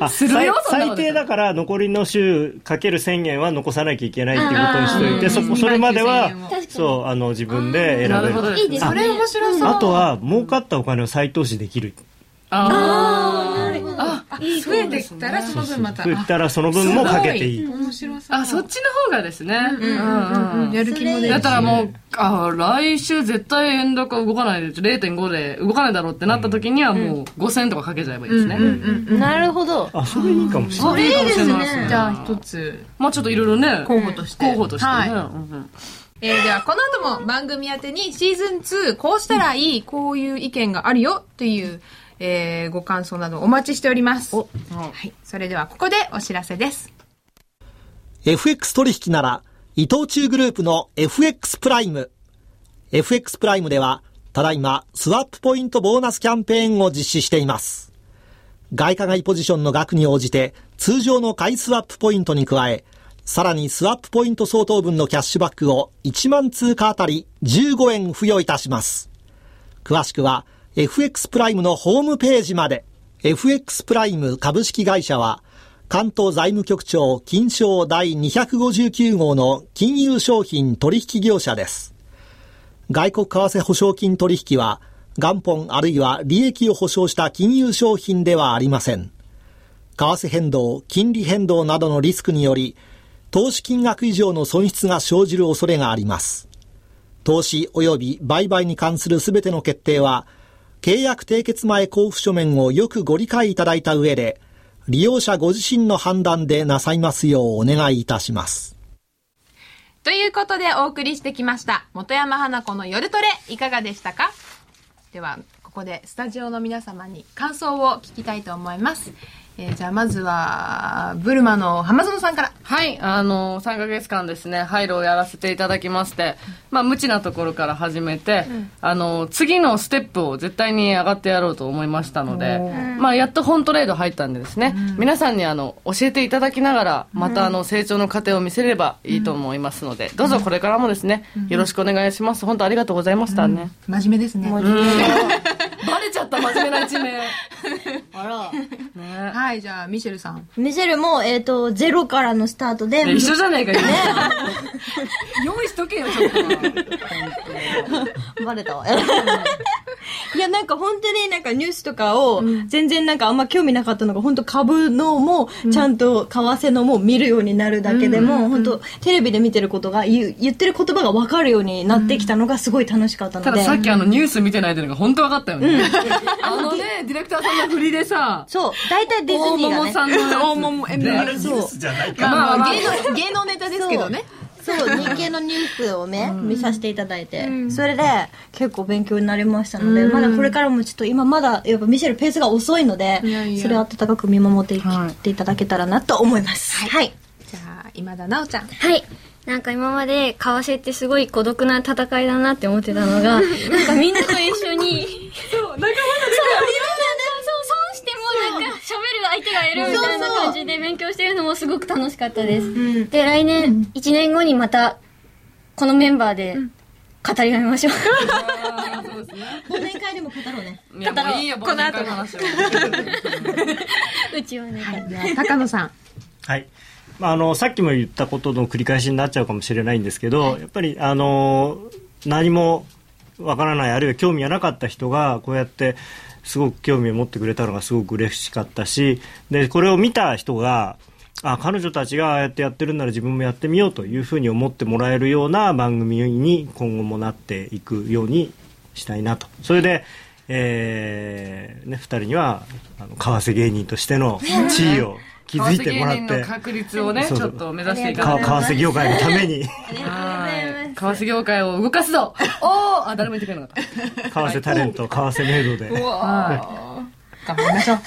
Speaker 8: あ
Speaker 5: するよそんな
Speaker 8: 最
Speaker 5: こと
Speaker 8: 最低だから残りの週かける1000円は残さなきゃいけないっていうことにしといてそこそれまでは
Speaker 1: うん
Speaker 8: そうあの自分で選
Speaker 5: な
Speaker 8: べ
Speaker 5: るほど
Speaker 8: る
Speaker 5: です
Speaker 2: いいで
Speaker 5: ね。
Speaker 2: すね。
Speaker 1: 面白そう
Speaker 8: あとは儲かったお金を再投資できる
Speaker 5: あ
Speaker 1: 増えてきたらその分また
Speaker 8: そういったらその分もかけていい
Speaker 1: あ面白そ
Speaker 5: ー
Speaker 1: う
Speaker 5: あ、そっちの方がですね。うんうんうん
Speaker 1: やる気も出
Speaker 5: だ
Speaker 1: る
Speaker 5: ったらもう、あー来週絶対円高動かないで、0.5で動かないだろうってなった時にはもう5000とかかけちゃえばいいですね。
Speaker 6: なるほど
Speaker 8: あそれいいかもしれない
Speaker 5: あいいかもしれないですね。
Speaker 1: じゃあ一つ
Speaker 5: まあちょっといろいろね、
Speaker 1: 候補として
Speaker 5: 候補としてね。
Speaker 1: はい
Speaker 5: うんうん
Speaker 1: えー、ではこの後も番組宛てにシーズン2こうしたらいいこういう意見があるよっていう、えーご感想などお待ちしております、はい、それではここでお知らせです
Speaker 7: FX 取引なら、伊藤忠グループの FX プライム。FX プライムでは、ただいま、スワップポイントボーナスキャンペーンを実施しています。外貨買いポジションの額に応じて、通常の買いスワップポイントに加え、さらにスワップポイント相当分のキャッシュバックを1万通貨あたり15円付与いたします。詳しくは FX プライムのホームページまで。FX プライム株式会社は、関東財務局長金賞第259号の金融商品取引業者です。外国為替保証金取引は、元本あるいは利益を保証した金融商品ではありません。為替変動、金利変動などのリスクにより、投資金額以上の損失が生じる恐れがあります。投資及び売買に関するすべての決定は、契約締結前交付書面をよくご理解いただいた上で、利用者ご自身の判断でなさいますようお願いいたします。
Speaker 1: ということでお送りしてきました、元山花子の夜トレ、いかがでしたかでは、ここでスタジオの皆様に感想を聞きたいと思います。えーじゃあまずは、ブルマの浜園さんから。
Speaker 5: はい、あの、3ヶ月間ですね、ハイロをやらせていただきまして、まあ、無知なところから始めて、あの、次のステップを絶対に上がってやろうと思いましたので、まあ、やっと本トレード入ったんでですね、皆さんにあの、教えていただきながら、またあの、成長の過程を見せればいいと思いますので、どうぞこれからもですね、よろしくお願いします。本当ありがとうございましたね。
Speaker 1: 真面目ですね。
Speaker 5: バレちゃった、真面目な一面。
Speaker 6: あら。
Speaker 1: はい、じゃあ、ミシェルさん。
Speaker 6: 見せるも、えっ、と、ゼロからのスタートで、
Speaker 5: ね一緒じゃねえか、今。用意しとけよ、ちょっと。
Speaker 6: バレた。
Speaker 3: いや、なんか本当になんかニュースとかを、全然なんかあんま興味なかったのが、本当株のも、ちゃんと為替のも見るようになるだけでも、本当テレビで見てることが、言う言ってる言葉が分かるようになってきたのがすごい楽しかった
Speaker 5: た
Speaker 3: の
Speaker 5: だ
Speaker 3: で。
Speaker 5: さっきあのニュース見てないっていうのが本当分かったよね。あのね、ディレクターさんの振りでさ、
Speaker 6: そう、大体ディズ
Speaker 5: 大
Speaker 6: ニーが
Speaker 5: 桃
Speaker 6: ね。
Speaker 5: さんのやつ。大桃
Speaker 6: そう、
Speaker 5: まあまあ
Speaker 1: 芸能、芸能ネタですけどね。
Speaker 6: そう、日系のニュースをね、見させていただいて。
Speaker 3: それで結構勉強になりましたので、まだこれからもちょっと今まだやっぱ見せるペースが遅いので
Speaker 1: いやいや
Speaker 3: それを温かく見守ってい
Speaker 5: はい
Speaker 3: っていただけたらなと思います。
Speaker 6: はい。
Speaker 1: じゃあ、今田奈緒ちゃん。
Speaker 2: はい。なんか今まで、為替ってすごい孤独な戦いだなって思ってたの が、なんかみんなと一緒に。そう、仲間だね。そう、そう、損してもなんか喋る相手がいるみたいな感じで勉強してるのもすごく楽しかったです。で、来年、1年後にまた、このメンバーで、語り合いましょう。
Speaker 6: 忘年会でも語ろうね。
Speaker 5: いや、もういいよ、この後の話を。
Speaker 2: うちはね。
Speaker 1: じゃあ、高野さん。
Speaker 8: はいまあ、あのさっきも言ったことの繰り返しになっちゃうかもしれないんですけど、やっぱりあの何もわからないあるいは興味がなかった人がこうやってすごく興味を持ってくれたのがすごく嬉しかったしでこれを見た人があ彼女たちがああやってやってるんなら自分もやってみようというふうに思ってもらえるような番組に今後もなっていくようにしたいなとそれで、えーね、2人にはあの為替芸人としての地位を築いてもらっ
Speaker 5: 為替芸人
Speaker 8: て
Speaker 5: の確率をね、
Speaker 8: そう
Speaker 5: ち
Speaker 8: そ
Speaker 5: ょ
Speaker 8: う
Speaker 5: っと目指していか
Speaker 8: か
Speaker 5: ない
Speaker 8: 為替業界のため に為
Speaker 5: と。はい為替業界を動かすぞおーあ、誰も言ってくれなかっ
Speaker 8: 替タレント為替メイドで
Speaker 5: た。は
Speaker 1: 頑張りましょう。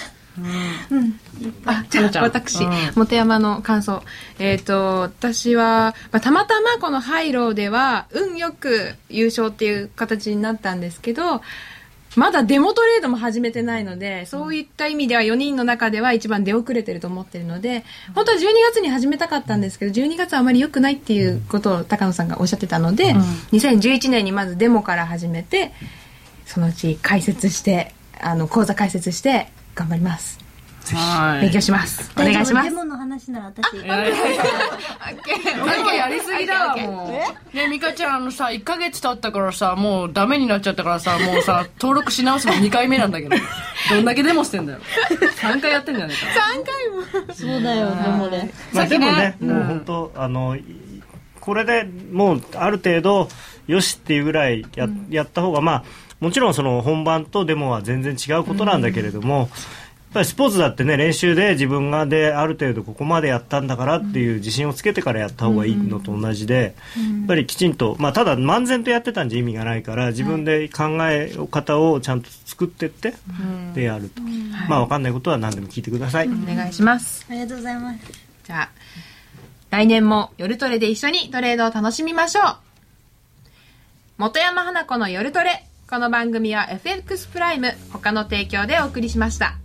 Speaker 1: あ、じゃあ
Speaker 5: かなちゃん
Speaker 1: 私、
Speaker 5: うん
Speaker 1: 元山の感想。えっ、と、私は、まあ、たまたまこのハイローでは、運よく優勝っていう形になったんですけど、まだデモトレードも始めてないので、そういった意味では4人の中では一番出遅れてると思ってるので、本当は12月に始めたかったんですけど、12月はあまり良くないっていうことを高野さんがおっしゃってたので、2011年にまずデモから始めて、そのうち解説して、あの、講座解説して頑張ります。
Speaker 5: い。は
Speaker 1: 勉強
Speaker 5: い。
Speaker 1: します。お願いしま
Speaker 6: デ
Speaker 1: す。
Speaker 6: モの話なら私。
Speaker 5: なんかやりすぎだわ、もう。ね、ミカちゃん、あのさ、1ヶ月経ったからさ、もうダメになっちゃったからさ、もうさ、 登録し直すの2回目なんだけど。どんだけデモしてんだよ。3回やってんじゃねえか。
Speaker 6: そうだよ、デモで。
Speaker 8: まあ、でもね、
Speaker 5: うん
Speaker 8: もう本当あのいこれでもうある程度よしっていうぐらいや,、やった方がまあもちろんその本番とデモは全然違うことなんだけれども、やっぱりスポーツだってね練習で自分がである程度ここまでやったんだからっていう自信をつけてからやった方がいいのと同じで、やっぱりきちんと、まあ、ただ漫然とやってたんじゃ意味がないから自分で考え方をちゃんと作ってって、でやると、まあ分かんないことは何でも聞いてください。
Speaker 1: お願いします。
Speaker 6: ありがとうございます。
Speaker 1: じゃあ、来年も夜トレで一緒にトレードを楽しみましょう。元山花子の夜トレ。この番組は FX プライム他の提供でお送りしました。